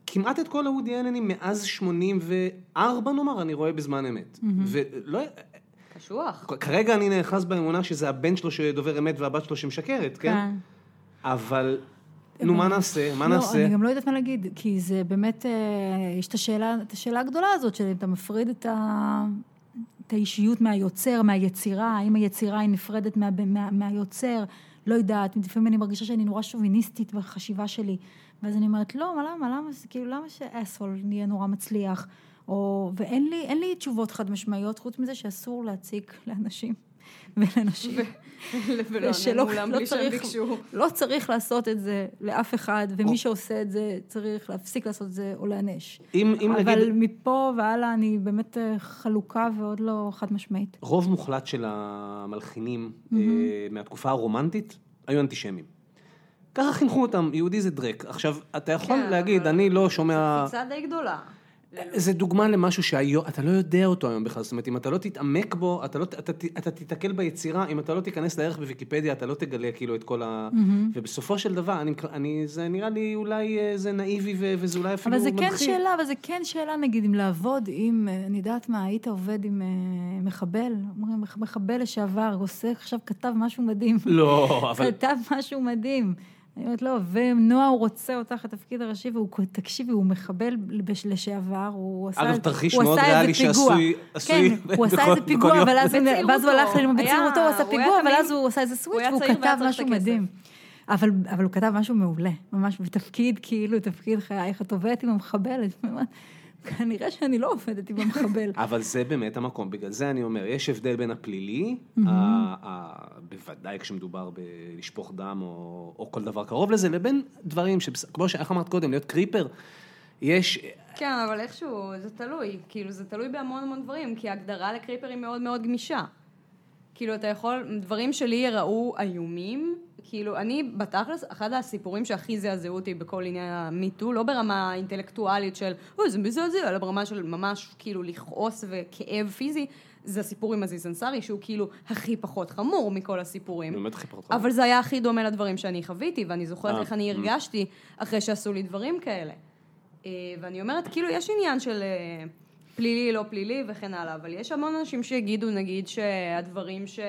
Speaker 2: כמעט את כל הוודי אלנים מאז 84 נאמר, אני רואה בזמן אמת. ולא,
Speaker 1: קשוח.
Speaker 2: כרגע אני נאחז באמונה שזה הבן שלו שדובר אמת והבת שלו שמשקרת, כן? אבל, נו מה נעשה, מה
Speaker 3: אה, לא,
Speaker 2: נעשה?
Speaker 3: אני גם לא יודעת מה להגיד, כי זה באמת, אה, יש את השאלה, את השאלה הגדולה הזאת, של אם אתה מפריד את, ה, את האישיות מהיוצר, מהיצירה, האם היצירה היא נפרדת מה, מה, מהיוצר, לא יודעת, לפעמים אני מרגישה שאני נורא שוביניסטית בחשיבה שלי, ואז אני אומרת, לא, מה למה, למה, זה- כאילו, למה שאסול נהיה נורא מצליח, או, ואין לי, אין לי תשובות חד משמעיות, חוץ מזה שאסור להציק לאנשים ולנשים.
Speaker 1: ולא
Speaker 3: שלא-
Speaker 1: ענו מולם
Speaker 3: לא
Speaker 1: בלי שהם
Speaker 3: צריך-
Speaker 1: ביקשו.
Speaker 3: לא צריך לעשות את זה לאף אחד, ומי שעושה את זה צריך להפסיק לעשות את זה או להיענש.
Speaker 2: אם אם
Speaker 3: אבל
Speaker 2: נגיד,
Speaker 3: מפה והלאה אני באמת אה, חלוקה ועוד לא חד משמעית.
Speaker 2: רוב מוחלט של המלחינים אה, מהתקופה הרומנטית היו אנטישמים. ככה חינכו אותם, יהודי זה דרק. עכשיו, אתה יכול
Speaker 1: כן,
Speaker 2: להגיד,
Speaker 1: אבל-
Speaker 2: אני לא שומע...
Speaker 1: קפיצה די גדולה.
Speaker 2: זה דוגמה למשהו שהיום, אתה לא יודע אותו היום בכלל, זאת אומרת, אם אתה לא תתעמק בו, אתה, לא, ת- אתה, ת- אתה תיתקל ביצירה, אם אתה לא תיכנס לערך בוויקיפדיה, אתה לא תגלה כאילו את כל ה... ובסופו של דבר, אני, אני, זה נראה לי אולי אה, זה נאיבי ו, וזה אולי אפילו
Speaker 3: אבל זה
Speaker 2: מלחיץ.
Speaker 3: כן שאלה, אבל זה כן שאלה, נגיד, אם לעבוד עם, אה, אני יודעת מה, היית עובד עם אה, מחבל, אומרים, "מח- מחבל לשעבר, עושה, עכשיו כתב משהו מדהים.
Speaker 2: לא, אבל...
Speaker 3: כתב משהו מדהים. אני אומרת, לא, ונועה, הוא רוצה אותך לתפקיד הראשי, והוא, תקשיבי, הוא מחבל בש- לשעבר, הוא עשה...
Speaker 2: אגב, תרחיש
Speaker 3: הוא
Speaker 2: מאוד
Speaker 3: עשה איזה
Speaker 2: ריאלי
Speaker 3: פיגוע.
Speaker 2: שעשוי... עשוי
Speaker 3: כן, הוא עשה
Speaker 2: בכל-
Speaker 3: איזה
Speaker 2: בכל
Speaker 3: פיגוע,
Speaker 2: יום.
Speaker 3: אבל אז הוא-
Speaker 1: בצעירותו.
Speaker 3: ואז הוא הלך ללמוד,
Speaker 1: היה-
Speaker 3: בצעירותו הוא עשה
Speaker 1: הוא היה
Speaker 3: פיגוע, אבל
Speaker 1: תמים.
Speaker 3: אז הוא עשה איזה
Speaker 1: הוא
Speaker 3: סוויץ',
Speaker 1: היה
Speaker 3: והוא
Speaker 1: צעיר והיה
Speaker 3: כתב
Speaker 1: צריך את
Speaker 3: משהו
Speaker 1: הכסף.
Speaker 3: מדהים. אבל, אבל הוא כתב משהו מעולה, ממש בתפקיד, כאילו, תפקיד חייך, את עובדת עם המחבלת. כנראה שאני לא עובדת עם המחבל.
Speaker 2: אבל זה באמת המקום, בגלל זה אני אומר, יש הבדל בין הפלילי, ה- ה- בוודאי כשמדובר בלשפוך דם או, או כל דבר קרוב לזה, לבין דברים שכמו שאיך אמרת קודם, להיות קריפר, יש,
Speaker 1: כן, אבל איכשהו זה תלוי, כאילו זה תלוי בהמון המון דברים, כי ההגדרה לקריפר היא מאוד מאוד גמישה. כאילו אתה יכול, דברים שלי ייראו איומים, כאילו אני בתכלס, אחד הסיפורים שהכי זעזעו אותי בכל עניין המיטו, לא ברמה אינטלקטואלית של אוי זה מזעזע, אלא ברמה של ממש כאילו לכעוס וכאב פיזי, זה הסיפור עם עזיז אנסארי שהוא כאילו הכי פחות חמור מכל הסיפורים.
Speaker 2: באמת הכי פחות חמור.
Speaker 1: אבל זה היה הכי דומה לדברים שאני חוויתי, ואני זוכרת
Speaker 2: אה,
Speaker 1: איך אני הרגשתי אחרי שעשו לי דברים כאלה. אה, ואני אומרת, כאילו, יש עניין של אה, פלילי, לא פלילי וכן הלאה, אבל יש המון אנשים שיגידו, נגיד, שהדברים ש...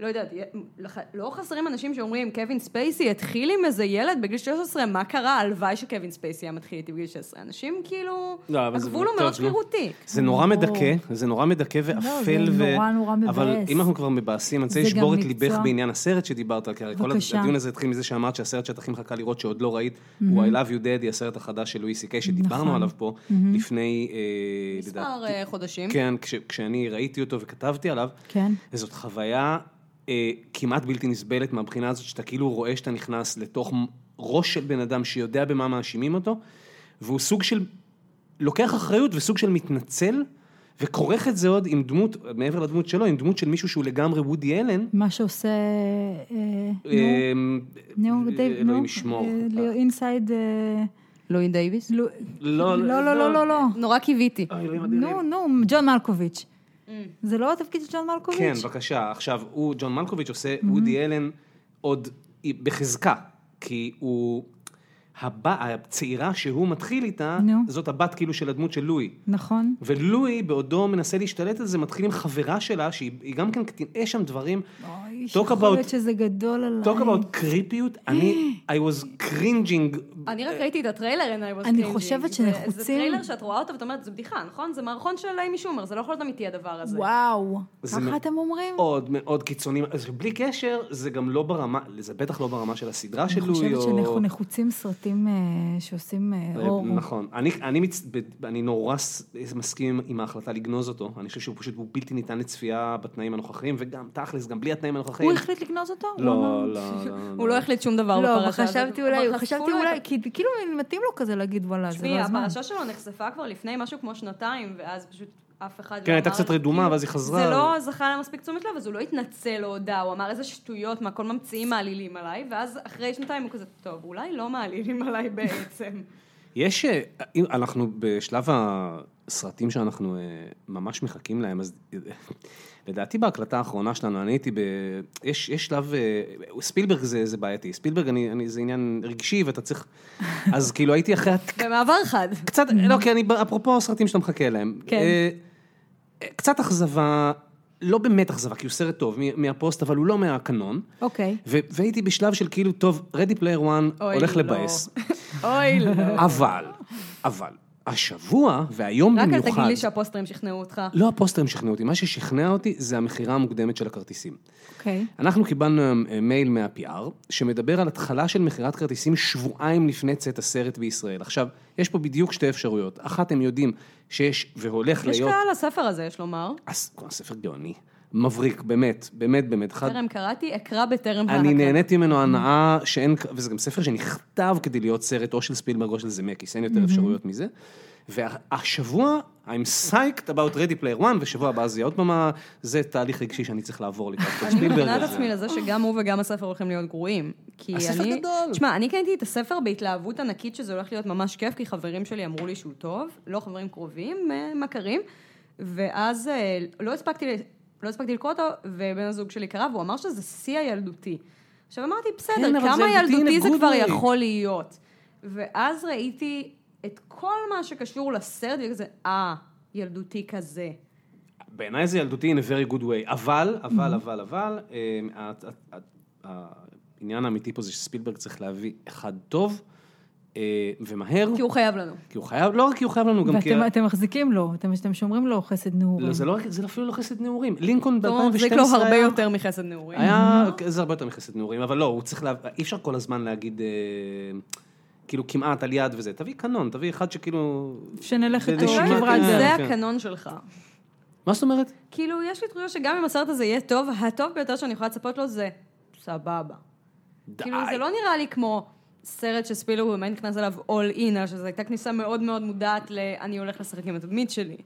Speaker 1: לא יודעת, יה- לח- לא חסרים אנשים שאומרים, קווין ספייסי התחיל עם איזה ילד בגיל 13, מה קרה? הלוואי שקווין ספייסי היה מתחיל איתי בגיל 16. אנשים כאילו,
Speaker 2: לא, אבל זה
Speaker 1: הגבול הוא
Speaker 2: טוב,
Speaker 1: מאוד
Speaker 2: נו.
Speaker 1: שרירותי.
Speaker 2: זה נורא
Speaker 3: לא.
Speaker 2: מדכא, זה נורא מדכא ואפל.
Speaker 3: זה
Speaker 2: ו-
Speaker 3: נורא נורא מבאס.
Speaker 2: אבל אם אנחנו כבר מבאסים, אני רוצה
Speaker 3: זה
Speaker 2: לשבור
Speaker 3: גם
Speaker 2: את ליבך
Speaker 3: מקצוע.
Speaker 2: בעניין הסרט שדיברת, כי הרי כל
Speaker 3: בבקשה.
Speaker 2: הדיון הזה התחיל מזה שאמרת שהסרט שאת הכי מחכה לראות שעוד לא ראית, הוא I Love You Daddy, הסרט החדש של לואי סי קיי,
Speaker 3: נכון.
Speaker 2: שדיברנו עליו פה לפני, אה,
Speaker 1: מספר
Speaker 2: לדעתי-
Speaker 1: אה, חודשים.
Speaker 2: כן, כש- כשאני ראיתי אותו וכתבתי עליו,
Speaker 3: כן.
Speaker 2: וזאת חוויה אה, כמעט בלתי נסבלת מהבחינה הזאת, שאתה כאילו רואה שאתה נכנס לתוך מ- ראש של בן אדם שיודע במה מאשימים אותו, והוא סוג של, לוקח אחריות וסוג של מתנצל, וכורך את זה עוד עם דמות, מעבר לדמות שלו, עם דמות של מישהו שהוא לגמרי וודי אלן.
Speaker 3: מה שעושה... אה,
Speaker 2: אה,
Speaker 3: נו, נו, דייב, נו. אה,
Speaker 2: אלוהים ישמור.
Speaker 3: אינסייד...
Speaker 1: לואי דייוויס?
Speaker 3: לא,
Speaker 2: לא,
Speaker 3: לא, לא, לא, לא.
Speaker 1: נורא קיוויתי.
Speaker 2: אה, אלוהים אדירים.
Speaker 3: נו, נו, ג'ון מלקוביץ'.
Speaker 1: Mm.
Speaker 3: זה לא התפקיד של ג'ון מלקוביץ'?
Speaker 2: כן, בבקשה. עכשיו, הוא, ג'ון מלקוביץ' עושה
Speaker 3: Mm-hmm.
Speaker 2: וודי אלן עוד בחזקה, כי הוא... הבא, הצעירה שהוא מתחיל איתה,
Speaker 3: נו.
Speaker 2: זאת הבת כאילו של הדמות של לואי.
Speaker 3: נכון.
Speaker 2: ולואי, בעודו מנסה להשתלט על זה, מתחיל עם חברה שלה, שהיא היא גם כן קטין, יש שם דברים,
Speaker 3: אוי,
Speaker 2: Talk
Speaker 3: יכול להיות
Speaker 2: about-
Speaker 3: שזה גדול עליי.
Speaker 2: talk about קריפיות, אני, I was cringing,
Speaker 1: אני רק ראיתי את הטריילר, and I was
Speaker 3: אה, אני
Speaker 1: cringing.
Speaker 3: חושבת
Speaker 1: זה- זה
Speaker 3: שנחוצים-
Speaker 1: טריילר שאת רואה אותו ואת אומרת, זה בדיחה, נכון? זה מערכון של אימי שומר, זה לא יכול להיות אמיתי הדבר הזה.
Speaker 3: וואו.
Speaker 2: זה מ-
Speaker 3: ככה אתם אומרים?
Speaker 2: מאוד מאוד קיצוני, אז בלי קשר, זה גם לא ברמה, זה בטח לא ברמה של הסדרה של
Speaker 3: אני
Speaker 2: לואי,
Speaker 3: חושבת
Speaker 2: או-
Speaker 3: שאנחנו נחוצים סרטים אה, שעושים אה, אור.
Speaker 2: נכון. אני, אני, מצ... ב- אני נורא ס- מסכים עם ההחלטה לגנוז אותו. אני חושב שהוא פשוט, הוא בלתי ניתן לצפייה בתנאים הנוכחיים, וגם תכלס, גם בלי התנאים הנוכחיים.
Speaker 3: הוא החליט לגנוז אותו? הוא אמר-
Speaker 2: לא, לא, לא.
Speaker 1: הוא לא החליט שום דבר
Speaker 3: לא, אבל
Speaker 1: בפרשה הזאת.
Speaker 3: חשבתי
Speaker 1: אבל
Speaker 3: אולי,
Speaker 1: חשפו
Speaker 3: חשבתי
Speaker 1: לו את
Speaker 3: אולי, כי כאילו מתאים לו כזה להגיד וואלה, זה לא
Speaker 1: תשמעי,
Speaker 3: הזמן.
Speaker 1: הפרשה שלו נחשפה כבר לפני משהו כמו שנתיים, ואז פשוט אף אחד...
Speaker 2: כן,
Speaker 1: לא
Speaker 2: הייתה
Speaker 1: אמר-
Speaker 2: קצת רדומה,
Speaker 1: כאילו,
Speaker 2: ואז היא חזרה.
Speaker 1: זה לא זכה לה מספיק תשומת לב, אז הוא לא התנצל או הודה, הוא אמר איזה שטויות, מה, כל ממציאים מעלילים עליי, ואז אחרי שנתיים הוא כזה, טוב, אולי לא מעלילים עליי בעצם.
Speaker 2: יש, אה, אם אנחנו בשלב הסרטים שאנחנו אה, ממש מחכים להם, אז אה, לדעתי בהקלטה האחרונה שלנו, אני הייתי ב... יש, יש שלב, אה, ספילברג זה, זה בעייתי, ספילברג אני, אני, זה עניין רגשי ואתה צריך... אז כאילו הייתי אחרי הת-
Speaker 1: במעבר חד.
Speaker 2: קצת, לא, כי אני, אפרופו הסרטים שאתה מחכה להם.
Speaker 1: כן.
Speaker 2: אה, קצת אכזבה, לא באמת אכזבה, כי הוא סרט טוב מ- מהפוסט, אבל הוא לא מהקנון.
Speaker 3: אוקיי.
Speaker 2: ו- והייתי בשלב של כאילו, טוב, רדי פלייר וואן
Speaker 1: אוי,
Speaker 2: הולך
Speaker 1: לא.
Speaker 2: לבאס.
Speaker 1: אוי, לא.
Speaker 2: אבל, אבל, השבוע, והיום
Speaker 1: רק אל
Speaker 2: במיוחד...
Speaker 1: תגיד לי שהפוסטרים שכנעו אותך.
Speaker 2: לא הפוסטרים שכנעו אותי, מה ששכנע אותי זה המכירה המוקדמת של הכרטיסים.
Speaker 3: אוקיי.
Speaker 2: אנחנו קיבלנו היום אה, מייל מה-PR, שמדבר על התחלה של מכירת כרטיסים שבועיים לפני צאת הסרט בישראל. עכשיו, יש פה בדיוק שתי אפשרויות. אחת, הם יודעים שיש והולך
Speaker 1: יש
Speaker 2: להיות...
Speaker 1: קהל לספר הזה, יש לומר.
Speaker 2: הס- הספר גאוני, מבריק, באמת, באמת, באמת. אחד,
Speaker 1: טרם קראתי, אקרא בטרם
Speaker 2: אני נהניתי ממנו הנאה שאין, וזה גם ספר שנכתב כדי להיות סרט או של ספילברג או של זמקיס, אין יותר אפשרויות מזה. והשבוע, I'm psyched about Ready Player One, ושבוע הבא זה יהיה עוד פעם, ה- זה תהליך רגשי שאני צריך לעבור לקראת של
Speaker 1: אני
Speaker 2: ספילברג.
Speaker 1: מכנה את
Speaker 2: אז- אה,
Speaker 1: עצמי לזה שגם הוא וגם הספר הולכים להיות גרועים. כי אני...
Speaker 2: הספר גדול.
Speaker 1: תשמע, אני קניתי את הספר בהתלהבות ענקית שזה הולך להיות ממש כיף, כי חברים שלי אמרו לי שהוא טוב, לא חברים קרובים, אה, מכרים, ואז אה, לא הספקתי, ל- לא הספקתי לקרוא אותו, ובן הזוג שלי קרא, והוא אמר שזה שיא הילדותי. עכשיו אמרתי,
Speaker 2: כן,
Speaker 1: בסדר,
Speaker 2: אבל זה
Speaker 1: כמה
Speaker 2: ילדותי,
Speaker 1: ילדותי זה
Speaker 2: הנה,
Speaker 1: כבר
Speaker 2: גודניק.
Speaker 1: יכול להיות? ואז ראיתי את כל מה שקשור לסרט, וכזה, אה, ילדותי כזה.
Speaker 2: בעיניי זה ילדותי in a very good way, אבל, אבל, אבל, אבל, אמ, ה- ה- ה- העניין האמיתי פה זה שספילברג צריך להביא אחד טוב, אה, ומהר,
Speaker 1: כי הוא חייב לנו.
Speaker 2: כי הוא חייב, לא רק כי הוא חייב לנו, גם כי...
Speaker 3: ואתם אתם מחזיקים לו, אתם אתם שומרים לו חסד נעורים.
Speaker 2: לא, זה לא רק, זה אפילו לא חסד נעורים. לינקולן ב-2012
Speaker 1: הוא
Speaker 2: היה...
Speaker 1: מחזיק לו הרבה יותר Mm-hmm. מחסד נעורים.
Speaker 2: היה, כן, זה הרבה יותר מחסד נעורים, אבל לא, הוא צריך לה... אי אפשר כל הזמן להגיד, אה, כאילו, כמעט על יד וזה. תביא קנון, תביא אחד שכאילו...
Speaker 3: שנלך איתו
Speaker 2: בנשימה,
Speaker 1: אני
Speaker 3: כברת
Speaker 1: אומרת,
Speaker 2: כן,
Speaker 1: זה
Speaker 2: כן.
Speaker 1: הקנון שלך.
Speaker 2: מה זאת אומרת?
Speaker 1: כאילו, יש לי תחושה שגם אם הסרט הזה יהיה טוב, הטוב ביותר שאני יכולה לצפות לו זה סבבה.
Speaker 2: די.
Speaker 1: כאילו, זה לא נראה לי כמו סרט שספילברג באמת נכנס אליו all in, אלא שזו הייתה כניסה מאוד מאוד מודעת ל... אני הולך לשחק עם התדמית שלי.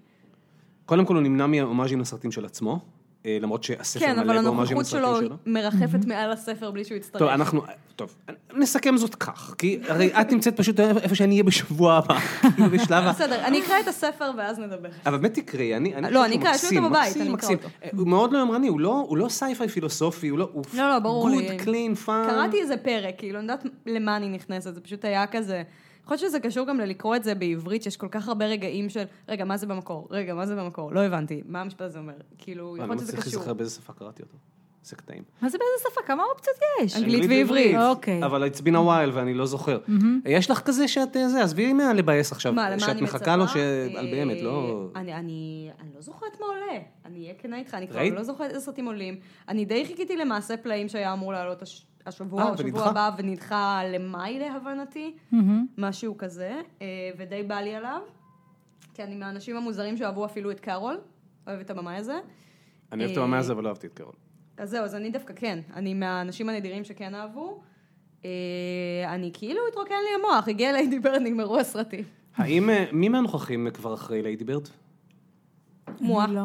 Speaker 2: קודם כל, הוא נמנע מהומאז'ים לסרטים של עצמו, אה, למרות שהספר
Speaker 1: כן,
Speaker 2: מלא
Speaker 1: אבל
Speaker 2: בהומאז'ים
Speaker 1: הנוכחות
Speaker 2: לסרטים
Speaker 1: שלו
Speaker 2: שלו.
Speaker 1: מרחפת מעל הספר בלי שהוא יצטרך.
Speaker 2: טוב, אנחנו, טוב, נסכם זאת כך, כי הרי את נמצאת פשוט איפה שאני אהיה בשבוע הבא, כאילו בשלב ה...
Speaker 1: בסדר, אני אקרא את הספר ואז נדבר.
Speaker 2: אבל באמת תקראי, אני... אני
Speaker 1: לא,
Speaker 2: חושב
Speaker 1: אני
Speaker 2: שהוא
Speaker 1: אקרא, יש לי אותו
Speaker 2: מקסים,
Speaker 1: בבית,
Speaker 2: מקסים,
Speaker 1: אני אקרא
Speaker 2: מקסים.
Speaker 1: אותו.
Speaker 2: אה, הוא מאוד לא יומרני, הוא לא- הוא לא סייפיי פילוסופי, הוא לא... הוא
Speaker 1: לא, לא, ברור לי.
Speaker 2: גוד, קלין, פאן.
Speaker 1: קראתי איזה פרק, כאילו, אני יודעת למה אני נכנסת, זה פשוט היה כזה... יכול להיות שזה קשור גם ללקרוא את זה בעברית, שיש כל כך הרבה רגעים של, רגע, מה זה במקור? רגע, מה זה במקור? לא הבנתי, מה המשפט הזה אומר? כאילו,
Speaker 2: אני
Speaker 1: יכול
Speaker 2: לא
Speaker 1: להיות שזה
Speaker 2: מצליח
Speaker 1: קשור.
Speaker 2: להיזכר באיזה שפה קראתי אותו. זה קטעים.
Speaker 3: מה זה באיזה שפה? כמה אופציות יש?
Speaker 1: אנגלית. ועברית.
Speaker 3: אוקיי.
Speaker 2: אבל it's been a while ואני לא זוכר. יש לך כזה שאת אה, זה, עזבי מה לבאס עכשיו.
Speaker 1: מה, למה
Speaker 2: שאת
Speaker 1: אני מצפה?
Speaker 2: מחכה לו,
Speaker 1: אה,
Speaker 2: שעל באמת, לא...
Speaker 1: אני- אני אני לא זוכרת מה עולה. אני אהיה כנה איתך, אני כבר
Speaker 2: ראית?
Speaker 1: לא זוכרת איזה סרטים עולים. אני די חיכיתי למעשה פלאים שהיה אמור לעלות הש- השבוע
Speaker 2: אה,
Speaker 1: או השבוע
Speaker 2: ונדחה?
Speaker 1: הבא, ונדחה למאי להבנתי.
Speaker 3: מהמם.
Speaker 1: משהו כזה, אה, ודי בא לי עליו, כי אני מהאנשים המוזרים שאהבו אפילו את קארול, אוהבת את הבמאי הזה.
Speaker 2: אני אוהב את
Speaker 1: אה,
Speaker 2: המאה הזה, אבל לא אהבתי את קרול.
Speaker 1: אז זהו, אז אני דווקא כן, אני מהאנשים הנדירים שכן אהבו. אה, אני כאילו התרוקן לי המוח, הגיע ליידי ברד, נגמרו הסרטים.
Speaker 2: האם, אה, מי מהנוכחים כבר אחרי ליידי בירד?
Speaker 1: מוח.
Speaker 3: אני לא.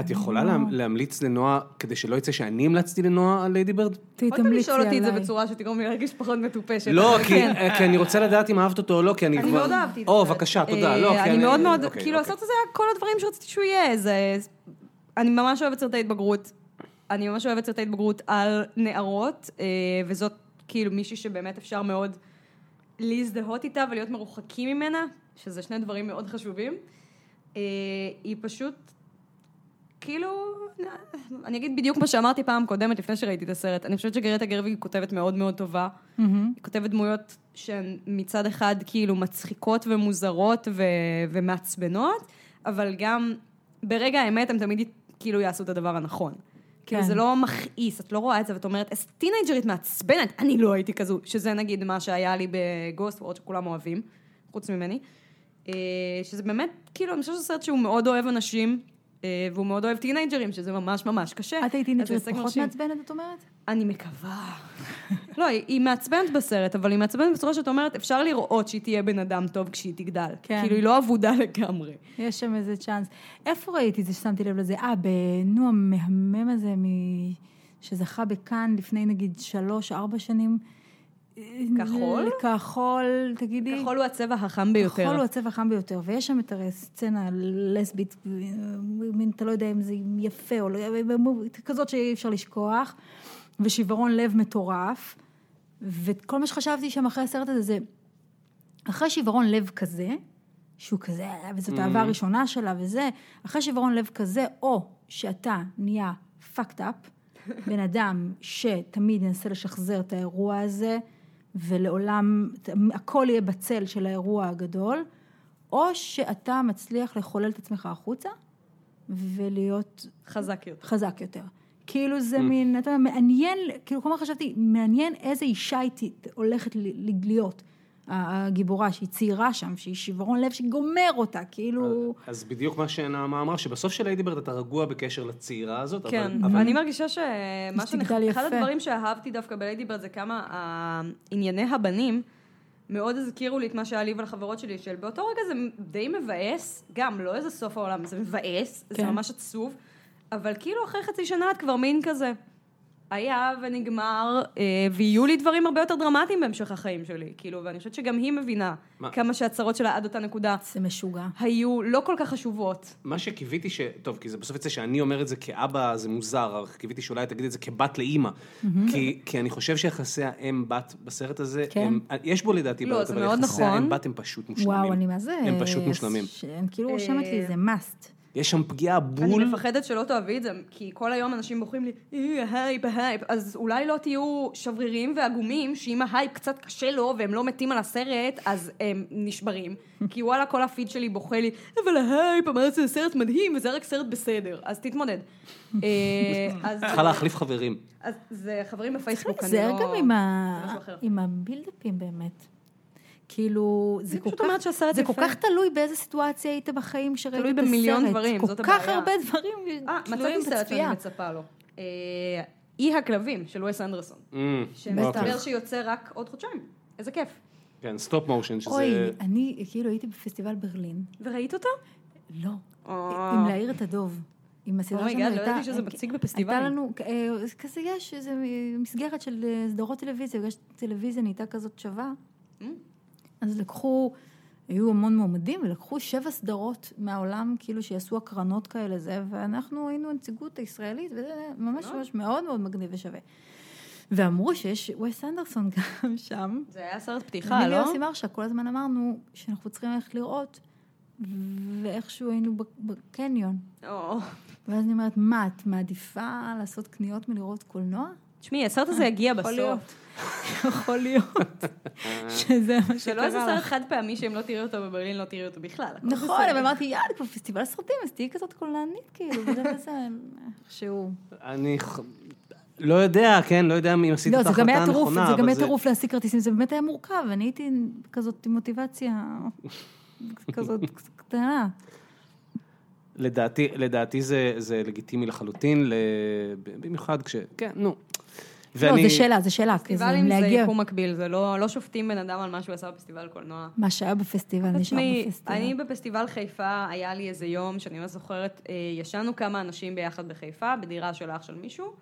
Speaker 2: את יכולה
Speaker 1: לא.
Speaker 2: לה, להמליץ לנועה, כדי שלא יצא שאני המלצתי לנועה על ליידי בירד?
Speaker 1: יכולת
Speaker 3: תתמליצי
Speaker 1: לשאול
Speaker 3: עליי.
Speaker 1: אותי את זה בצורה שתגרום לי להרגיש פחות מטופשת.
Speaker 2: לא,
Speaker 1: אבל
Speaker 2: כי,
Speaker 1: כן.
Speaker 2: אה, כי אני רוצה לדעת אם אהבת אותו או לא, כי אני כבר...
Speaker 1: אני מאוד אהבתי את זה. אה,
Speaker 2: או, בבקשה, תודה. לא, כי
Speaker 1: אני מאוד מאוד,
Speaker 2: אוקיי,
Speaker 1: כאילו,
Speaker 2: אוקיי.
Speaker 1: הסרט הזה היה כל הדברים שרציתי שהוא יהיה. זה... אני ממש אוהבת סרטי התבגרות. אני ממש אוהבת סרטי התבגרות על נערות, אה, וזאת כאילו מישהי שבאמת אפשר מאוד להזדהות איתה ולהיות מרוחקים ממנה, שזה שני דברים מאוד חשובים. אה, היא פשוט, כאילו, אני אגיד בדיוק מה שאמרתי פעם קודמת, לפני שראיתי את הסרט. אני חושבת שגרטה גרוויג כותבת מאוד מאוד טובה.
Speaker 3: מהמם.
Speaker 1: היא כותבת דמויות שהן מצד אחד כאילו מצחיקות ומוזרות ו- ומעצבנות, אבל גם ברגע האמת הם תמיד כאילו יעשו את הדבר הנכון. כאילו
Speaker 3: כן.
Speaker 1: זה לא מכעיס, את לא רואה את זה ואת אומרת, איזה טינג'רית מעצבנת, אני לא הייתי כזו, שזה נגיד מה שהיה לי בגוסט וורד שכולם אוהבים, חוץ ממני. אה, שזה באמת, כאילו, אני חושבת שזה סרט שהוא מאוד אוהב אנשים, אה, והוא מאוד אוהב טינג'רים, שזה ממש ממש קשה.
Speaker 3: את הייתי
Speaker 1: אז
Speaker 3: נטרית
Speaker 1: זה הישג
Speaker 3: פחות
Speaker 1: מרשים.
Speaker 3: מעצבנת, את אומרת?
Speaker 1: אני מקווה. לא, היא, היא מעצבנת בסרט, אבל היא מעצבנת בצורה שאת אומרת, אפשר לראות שהיא תהיה בן אדם טוב כשהיא תגדל.
Speaker 3: כן.
Speaker 1: כאילו, היא לא אבודה לגמרי.
Speaker 3: יש שם איזה צ'אנס. איפה ראיתי את זה ששמתי לב לזה? אה, בנו המהמם הזה מ... שזכה בכאן לפני נגיד שלוש, ארבע שנים.
Speaker 1: כחול?
Speaker 3: כחול, תגידי.
Speaker 1: כחול הוא הצבע החם ביותר.
Speaker 3: כחול הוא הצבע החם ביותר, ויש שם את הרי סצנה לסבית, מין, אתה לא יודע אם זה יפה או לא, כזאת שאי אפשר לשכוח, ושיוורון לב מטורף, וכל מה שחשבתי שם אחרי הסרט הזה זה, אחרי שיוורון לב כזה, שהוא כזה, וזאת האהבה הראשונה שלה וזה, אחרי שיוורון לב כזה, או שאתה נהיה fucked up, בן אדם שתמיד ינסה לשחזר את האירוע הזה, ולעולם, ת- הכל יהיה בצל של האירוע הגדול, או שאתה מצליח לחולל את עצמך החוצה, ולהיות
Speaker 1: חזק יותר.
Speaker 3: חזק יותר. כאילו
Speaker 2: Mm.
Speaker 3: זה מין, אתה יודע, מעניין, כאילו כלומר חשבתי, מעניין איזה אישה היא ת- הולכת ל- ל- להיות, ה- הגיבורה שהיא צעירה שם, שהיא שיוורון לב שגומר אותה, כאילו...
Speaker 2: אז בדיוק מה שנעמה אמרה, שבסוף של ליידי בירד אתה רגוע בקשר לצעירה הזאת, אבל-
Speaker 1: כן,
Speaker 2: אבל...
Speaker 1: אני מרגישה שמה
Speaker 3: שתגדל
Speaker 1: שנכון, אחד
Speaker 3: יפה.
Speaker 1: הדברים שאהבתי דווקא בליידי ברד זה כמה אה, ענייני הבנים מאוד הזכירו לי את מה שהיה לי ולחברות שלי, של באותו רגע זה די מבאס, גם לא איזה סוף העולם, זה מבאס, זה
Speaker 3: כן.
Speaker 1: ממש עצוב, אבל כאילו אחרי חצי שנה את כבר מין כזה. היה ונגמר, אה, ויהיו לי דברים הרבה יותר דרמטיים בהמשך החיים שלי, כאילו, ואני חושבת שגם היא מבינה
Speaker 2: מה?
Speaker 1: כמה שהצרות שלה עד אותה נקודה
Speaker 3: זה משוגע.
Speaker 1: היו לא כל כך חשובות.
Speaker 2: מה שקיוויתי ש... טוב, כי זה בסוף יצא שאני אומר את זה כאבא, זה מוזר, אבל קיוויתי שאולי תגיד את זה כבת לאימא. כי, כי אני חושב שיחסי האם-בת בסרט הזה,
Speaker 3: כן.
Speaker 2: הם, יש בו לדעתי
Speaker 1: לא,
Speaker 2: בעיות,
Speaker 1: זה
Speaker 2: אבל
Speaker 1: מאוד
Speaker 2: יחסי
Speaker 1: נכון.
Speaker 2: האם-בת הם פשוט מושלמים.
Speaker 3: וואו, אני מה זה...
Speaker 2: הם פשוט מושלמים.
Speaker 3: ש- הם כאילו רושמת
Speaker 1: אה,
Speaker 3: לי, זה must.
Speaker 2: יש שם פגיעה
Speaker 1: אני
Speaker 2: בול.
Speaker 1: מפחדת שלא תאהבי את זה, כי כל היום אנשים בוכים לי, "אה, ההייפ, ההייפ, אז אולי לא תהיו שברירים ועגומים, שאם ההייפ קצת קשה לו והם לא מתים על הסרט, אז הם נשברים. כי וואלה, כל הפיד שלי בוכה לי, אבל ההייפ, אמרת שזה סרט מדהים, וזה רק סרט בסדר, אז תתמודד. אה, אז-
Speaker 2: צריכה להחליף חברים.
Speaker 1: אז זה חברים בפייסבוק, אני לא...
Speaker 3: להיזהר גם עם ה-
Speaker 1: זה משהו אחר.
Speaker 3: עם הבילדאפים באמת. כאילו, זה
Speaker 1: אני
Speaker 3: כל
Speaker 1: פשוט
Speaker 3: כך...
Speaker 1: אומרת שהסרט
Speaker 3: זה
Speaker 1: יפה.
Speaker 3: כל כך תלוי באיזה סיטואציה היית בחיים שראית את
Speaker 1: תלוי
Speaker 3: הסרט.
Speaker 1: במיליון דברים, זאת
Speaker 3: כל כך
Speaker 1: הבעיה.
Speaker 3: הרבה דברים
Speaker 1: אה,
Speaker 3: תלויים
Speaker 1: מצאתי סרט שאני
Speaker 3: בצפייה.
Speaker 1: מצפה לו. אה, אי הכלבים של וס אנדרסון,
Speaker 2: Mm, אוקיי.
Speaker 1: שמסתבר שיוצא רק עוד חודשיים. איזה כיף.
Speaker 2: כן, סטופ מושן, שזה...
Speaker 3: אוי, אני כאילו הייתי בפסטיבל ברלין.
Speaker 1: וראית אותו?
Speaker 3: לא.
Speaker 1: אה.
Speaker 3: עם להעיר את הדוב. עם הסדרה
Speaker 1: אומייגאד,
Speaker 3: שלנו
Speaker 1: לא
Speaker 3: הייתה...
Speaker 1: ידעתי שזה מציג בפסטיבלים.
Speaker 3: הייתה לנו, אה, כזה יש, איזה מסגרת של אה, סדרות טלוויזיה, בגלל שטלוויזיה נהייתה כזאת שווה.
Speaker 1: Mm.
Speaker 3: אז לקחו, היו המון מועמדים, ולקחו שבע סדרות מהעולם, כאילו שיעשו הקרנות כאלה זה, ואנחנו היינו הנציגות הישראלית, וזה ממש ממש מאוד מאוד מגניב ושווה. ואמרו שיש וס אנדרסון גם שם.
Speaker 1: זה היה סרט פתיחה,
Speaker 3: אני
Speaker 1: לא?
Speaker 3: ויוסי מרשה כל הזמן אמרנו שאנחנו צריכים ללכת לראות, ואיכשהו היינו בק- בקניון.
Speaker 1: או.
Speaker 3: ואז אני אומרת, מה, את מעדיפה לעשות קניות מלראות קולנוע?
Speaker 1: תשמעי, הסרט הזה יגיע
Speaker 3: להיות.
Speaker 1: בסוף.
Speaker 3: יכול להיות שזה מה
Speaker 1: שלא איזה
Speaker 3: שקרה
Speaker 1: סרט
Speaker 3: לך.
Speaker 1: חד פעמי שאם לא תראי אותו בברלין לא תראי אותו בכלל. הכל
Speaker 3: נכון,
Speaker 1: בסדר.
Speaker 3: אבל אמרתי, יאללה, כבר פסטיבל סרטים, אז תהיי כזאת קולנית, כאילו, וזה כזה, איכשהו.
Speaker 2: אני ח- לא יודע, כן, לא יודע אם עשית
Speaker 3: לא,
Speaker 2: את
Speaker 3: זה גם
Speaker 2: ההחלטה
Speaker 3: היה טירוף,
Speaker 2: הנכונה,
Speaker 3: זה גם
Speaker 2: אבל
Speaker 3: היה טירוף להשיג כרטיסים, זה באמת היה מורכב, אני הייתי כזאת עם מוטיבציה כזאת קטנה.
Speaker 2: לדעתי, לדעתי זה, זה לגיטימי לחלוטין, ל... במיוחד כש... כן, נו.
Speaker 3: לא, זה שאלה, זה שאלה, כי זה
Speaker 1: פסטיבלים זה
Speaker 3: להגיע.
Speaker 1: יקום מקביל, זה לא לא שופטים בן אדם על מה שהוא עשה בפסטיבל קולנוע.
Speaker 3: מה שהיה בפסטיבל נשאר
Speaker 1: תשמעי,
Speaker 3: בפסטיבל.
Speaker 1: אני בפסטיבל חיפה, היה לי איזה יום שאני לא זוכרת, אה, ישנו כמה אנשים ביחד בחיפה, בדירה של אח של מישהו,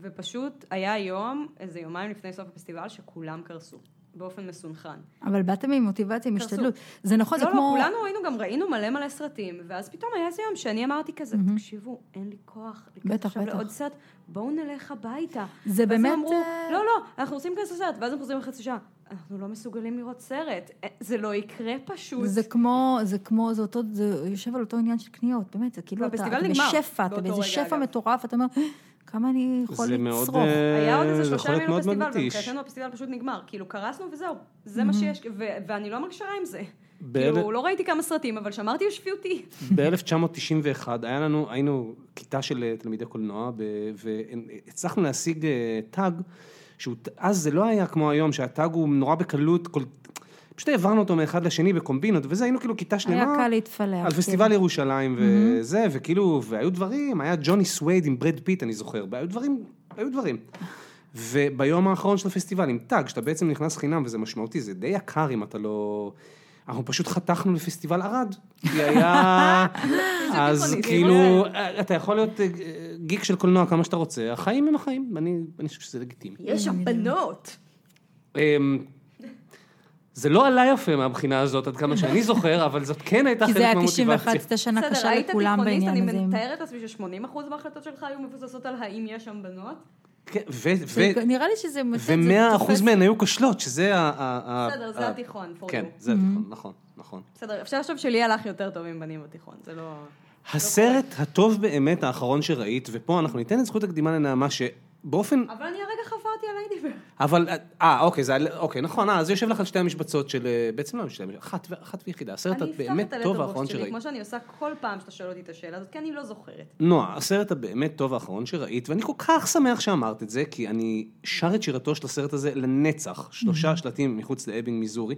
Speaker 1: ופשוט היה יום, איזה יומיים לפני סוף הפסטיבל, שכולם קרסו, באופן מסונכרן.
Speaker 3: אבל באתם עם מוטיבציה, עם
Speaker 1: קרסו.
Speaker 3: השתדלות. זה נכון, זה
Speaker 1: לא,
Speaker 3: כמו...
Speaker 1: לא, כולנו היינו גם, ראינו מלא מלא סרטים, ואז פתאום היה איזה יום שאני אמרתי כזה, תקשיבו, אין לי כוח, להיכנס
Speaker 3: בטח,
Speaker 1: עכשיו
Speaker 3: בטח.
Speaker 1: לעוד סרט, בואו נלך הביתה.
Speaker 3: זה
Speaker 1: ואז הם
Speaker 3: באמת,
Speaker 1: אמרו,
Speaker 3: אה,
Speaker 1: לא, לא, אנחנו רוצים להיכנס לסרט, ואז הם חוזרים לחצי שעה, אנחנו לא מסוגלים לראות סרט, אה, זה לא יקרה פשוט.
Speaker 3: זה כמו, זה כמו, זה אותו, זה יושב על אותו עניין של קניות, באמת, זה כאילו, אתה
Speaker 1: והפסטיבל לא,
Speaker 3: אתה
Speaker 1: נגמר
Speaker 3: בשפע, אתה
Speaker 1: באותו
Speaker 3: באיזה
Speaker 1: רגע,
Speaker 3: שפע
Speaker 1: אגב.
Speaker 3: מטורף, אתה אומר, כמה אני יכול
Speaker 2: זה מאוד...
Speaker 3: לצרוך.
Speaker 2: אה,
Speaker 1: היה עוד איזה
Speaker 2: זה
Speaker 1: שלושה
Speaker 2: יכול להיות
Speaker 1: ימים
Speaker 2: מאוד
Speaker 1: לפסטיבל,
Speaker 2: מתיש.
Speaker 1: ומבחינתנו הפסטיבל פשוט נגמר. כאילו, קרסנו וזהו, זה מה שיש, ו- ואני לא מרגישה רע עם זה.
Speaker 2: באלף-
Speaker 1: כאילו, לא ראיתי כמה סרטים, אבל שמרתי על שפיותי.
Speaker 2: ב-1991 היה לנו, היינו כיתה של אה, תלמידי קולנוע, ב- והצלחנו להשיג אה, תג, שהוא, ת- אז זה לא היה כמו היום, שהתג הוא נורא בקלות, כל- פשוט העברנו אותו מאחד לשני בקומבינות, וזה היינו כאילו כיתה שלמה.
Speaker 3: היה קל להתפלח. כאילו.
Speaker 2: על פסטיבל
Speaker 3: Mhm.
Speaker 2: ירושלים וזה, וכאילו, והיו דברים, היה ג'וני סווייד עם ברד פיט, אני זוכר, והיו דברים, היו דברים. וביום האחרון של הפסטיבל, עם טאג, שאתה בעצם נכנס חינם, וזה משמעותי, זה די יקר אם אתה לא... אנחנו פשוט חתכנו לפסטיבל ערד, כי היה... אז
Speaker 1: תיכוניסטים.
Speaker 2: כאילו, אתה יכול להיות אה, גיק של קולנוע כמה שאתה רוצה, החיים הם החיים, אני אני חושב שזה לגיטימי.
Speaker 1: יש שם בנות.
Speaker 2: אמ, זה לא עלה יפה מהבחינה הזאת, עד כמה שאני זוכר, אבל זאת כן הייתה
Speaker 3: כי
Speaker 2: חלק
Speaker 3: זה היה
Speaker 2: מהמוטיבציה.
Speaker 3: 91, הייתה שנה
Speaker 1: בסדר,
Speaker 3: קשה
Speaker 1: היית
Speaker 3: לכולם
Speaker 1: תיכוניסט,
Speaker 3: בעניין הזה.
Speaker 1: אני מתארת לעצמי ש-80% מההחלטות שלך היו מבוססות על האם יש שם בנות.
Speaker 2: כן, ו-
Speaker 3: זה-
Speaker 2: ו-
Speaker 3: נראה לי שזה... מוצא- זה
Speaker 2: ומאה
Speaker 3: תופס-
Speaker 2: אחוז מהן היו כושלות, שזה ה... ה- ה-
Speaker 1: בסדר,
Speaker 2: ה-
Speaker 1: זה התיכון, for
Speaker 2: אה, כן,
Speaker 1: you.
Speaker 2: זה התיכון, נכון, נכון.
Speaker 1: בסדר, אפשר לחשוב שלי הלך יותר טוב עם בנים בתיכון, זה לא...
Speaker 2: הסרט הטוב באמת, האחרון שראית, ופה אנחנו ניתן את זכות הקדימה לנעמה, שבאופן...
Speaker 1: אבל אני הרגע חפרתי על היידיבר.
Speaker 2: אבל... אה, אוקיי, זה... היה- אוקיי, נכון, אה, אז יושב לך על שתי המשבצות של... אה, בעצם לא שתי המשבצות, אחת ו- אחת ויחידה. הסרט
Speaker 1: אני אפתח
Speaker 2: הבאמת
Speaker 1: את
Speaker 2: טוב
Speaker 1: הלטרבוקס
Speaker 2: האחרון
Speaker 1: שלי,
Speaker 2: שראית.
Speaker 1: כמו שאני עושה כל פעם שאתה שואל אותי את השאלה הזאת, כי אני לא זוכרת.
Speaker 2: נועה, הסרט הבאמת טוב האחרון שראית, ואני כל כך שמח שאמרת את זה, כי אני שר את שירתו של הסרט הזה לנצח, שלושה שלטים מחוץ לאבינג, מיזורי,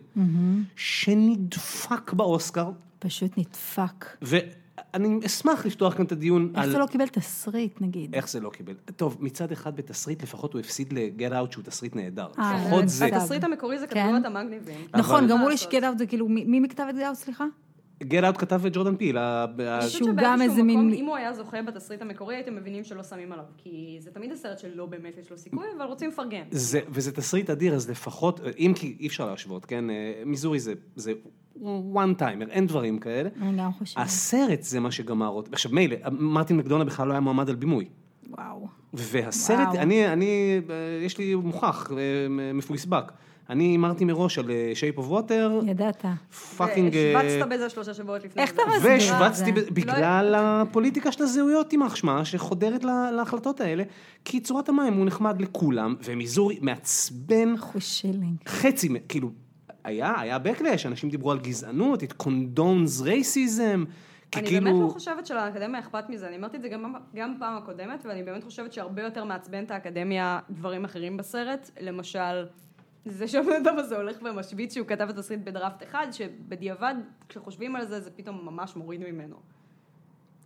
Speaker 2: שנדפק באוסקר,
Speaker 3: פשוט נדפק.
Speaker 2: ו... אני אשמח לפתוח כאן את הדיון
Speaker 3: איך
Speaker 2: על...
Speaker 3: זה לא קיבל תסריט, נגיד?
Speaker 2: איך זה לא קיבל? טוב, מצד אחד בתסריט, לפחות הוא הפסיד ל-Get Out שהוא תסריט נהדר.
Speaker 3: אה,
Speaker 2: לפחות זה.
Speaker 3: בסדר.
Speaker 1: התסריט המקורי כן, זה
Speaker 3: כן.
Speaker 1: כתבות המגניבים.
Speaker 3: נכון,
Speaker 2: אבל-
Speaker 3: גם
Speaker 1: מה
Speaker 3: הוא
Speaker 1: לעשות?
Speaker 3: לשקד אאוט זה כאילו, מי מי מכתב את זה אאוט, סליחה?
Speaker 2: Get Out כתב ג'ורדן פיל. ה- ה-
Speaker 1: אני חושבת
Speaker 3: שהוא גם
Speaker 1: שבאיזשהו
Speaker 3: איזה
Speaker 1: מקום,
Speaker 3: מין-
Speaker 1: אם הוא היה זוכה בתסריט המקורי, הייתם מבינים שלא שמים עליו. כי זה תמיד הסרט שלא באמת יש לו סיכוי, אבל רוצים לפרגן.
Speaker 2: זה, וזה תסריט אדיר, אז לפחות, אם כי אי אפשר להשוות, כן? אה, מיזורי זה, זה one timer, אין דברים כאלה.
Speaker 3: אני גם חושבת.
Speaker 2: הסרט זה מה שגמר אותי. עכשיו מילא, מרטין מקדונה בכלל לא היה מועמד על בימוי.
Speaker 3: וואו.
Speaker 2: והסרט,
Speaker 3: וואו.
Speaker 2: אני, אני, אה, יש לי מוכח, אה, מפויסבק. אני הימרתי מראש על אה, שייפ אוף ווטר,
Speaker 3: ידעת.
Speaker 2: פאקינג... אה,
Speaker 1: והשבצת בזה שלושה שבועות לפני
Speaker 3: איך
Speaker 1: זה.
Speaker 3: אתה מסביר?
Speaker 2: והשווצתי
Speaker 1: לא
Speaker 3: זה.
Speaker 2: ב- בגלל הפוליטיקה של הזהויות, יימח שמה, שחודרת לה- להחלטות האלה, כי צורת המים הוא נחמד לכולם, ומיזורי מעצבן
Speaker 3: איך הוא שילינג.
Speaker 2: חצי, מ- כאילו, היה, היה backlash, אנשים דיברו על גזענות, it condones racism, כי
Speaker 1: אני
Speaker 2: כאילו...
Speaker 1: באמת לא חושבת שלאקדמיה אכפת מזה, אני אמרתי את זה גם, גם פעם הקודמת, ואני באמת חושבת שהרבה יותר מעצבן את האקדמיה דברים אחרים בסרט, למשל, זה שהבן אדם הזה הולך ומשוויץ שהוא כתב את התסריט בדראפט אחד, שבדיעבד, כשחושבים על זה, זה פתאום ממש מוריד ממנו.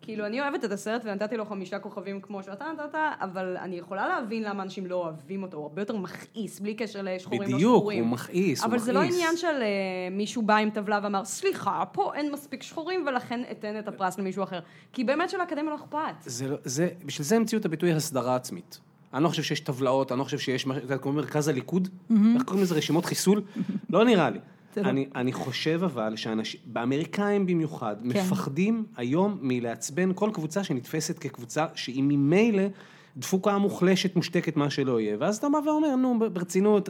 Speaker 1: כאילו, אני אוהבת את הסרט ונתתי לו חמישה כוכבים כמו שאתה נתת, אבל אני יכולה להבין למה אנשים לא אוהבים אותו, הוא הרבה יותר מכעיס, בלי קשר לשחורים לא
Speaker 2: בדיוק,
Speaker 1: שחורים.
Speaker 2: הוא מכעיס, הוא
Speaker 1: אבל זה לא
Speaker 2: מכעיס.
Speaker 1: עניין של אה, מישהו בא עם טבלה ואמר, סליחה, פה אין מספיק שחורים ולכן אתן את הפרס למישהו אחר. כי באמת שלאקדמיה לא אכפת.
Speaker 2: זה, לא- זה, בשביל זה המציאו את הביטוי הסדרה עצמית. אני לא חושב שיש טבלאות, אני לא חושב שיש, מה- את יודעת, כמו מרכז הליכוד, איך קוראים לזה, רשימות חיסול? לא נראה לי.
Speaker 3: זה לא.
Speaker 2: אני, אני חושב אבל שאנשים, באמריקאים במיוחד,
Speaker 1: כן.
Speaker 2: מפחדים היום מלעצבן כל קבוצה שנתפסת כקבוצה שהיא ממילא דפוקה מוחלשת, מושתקת, מה שלא יהיה. ואז אתה בא ואומר, נו, ב- ברצינות,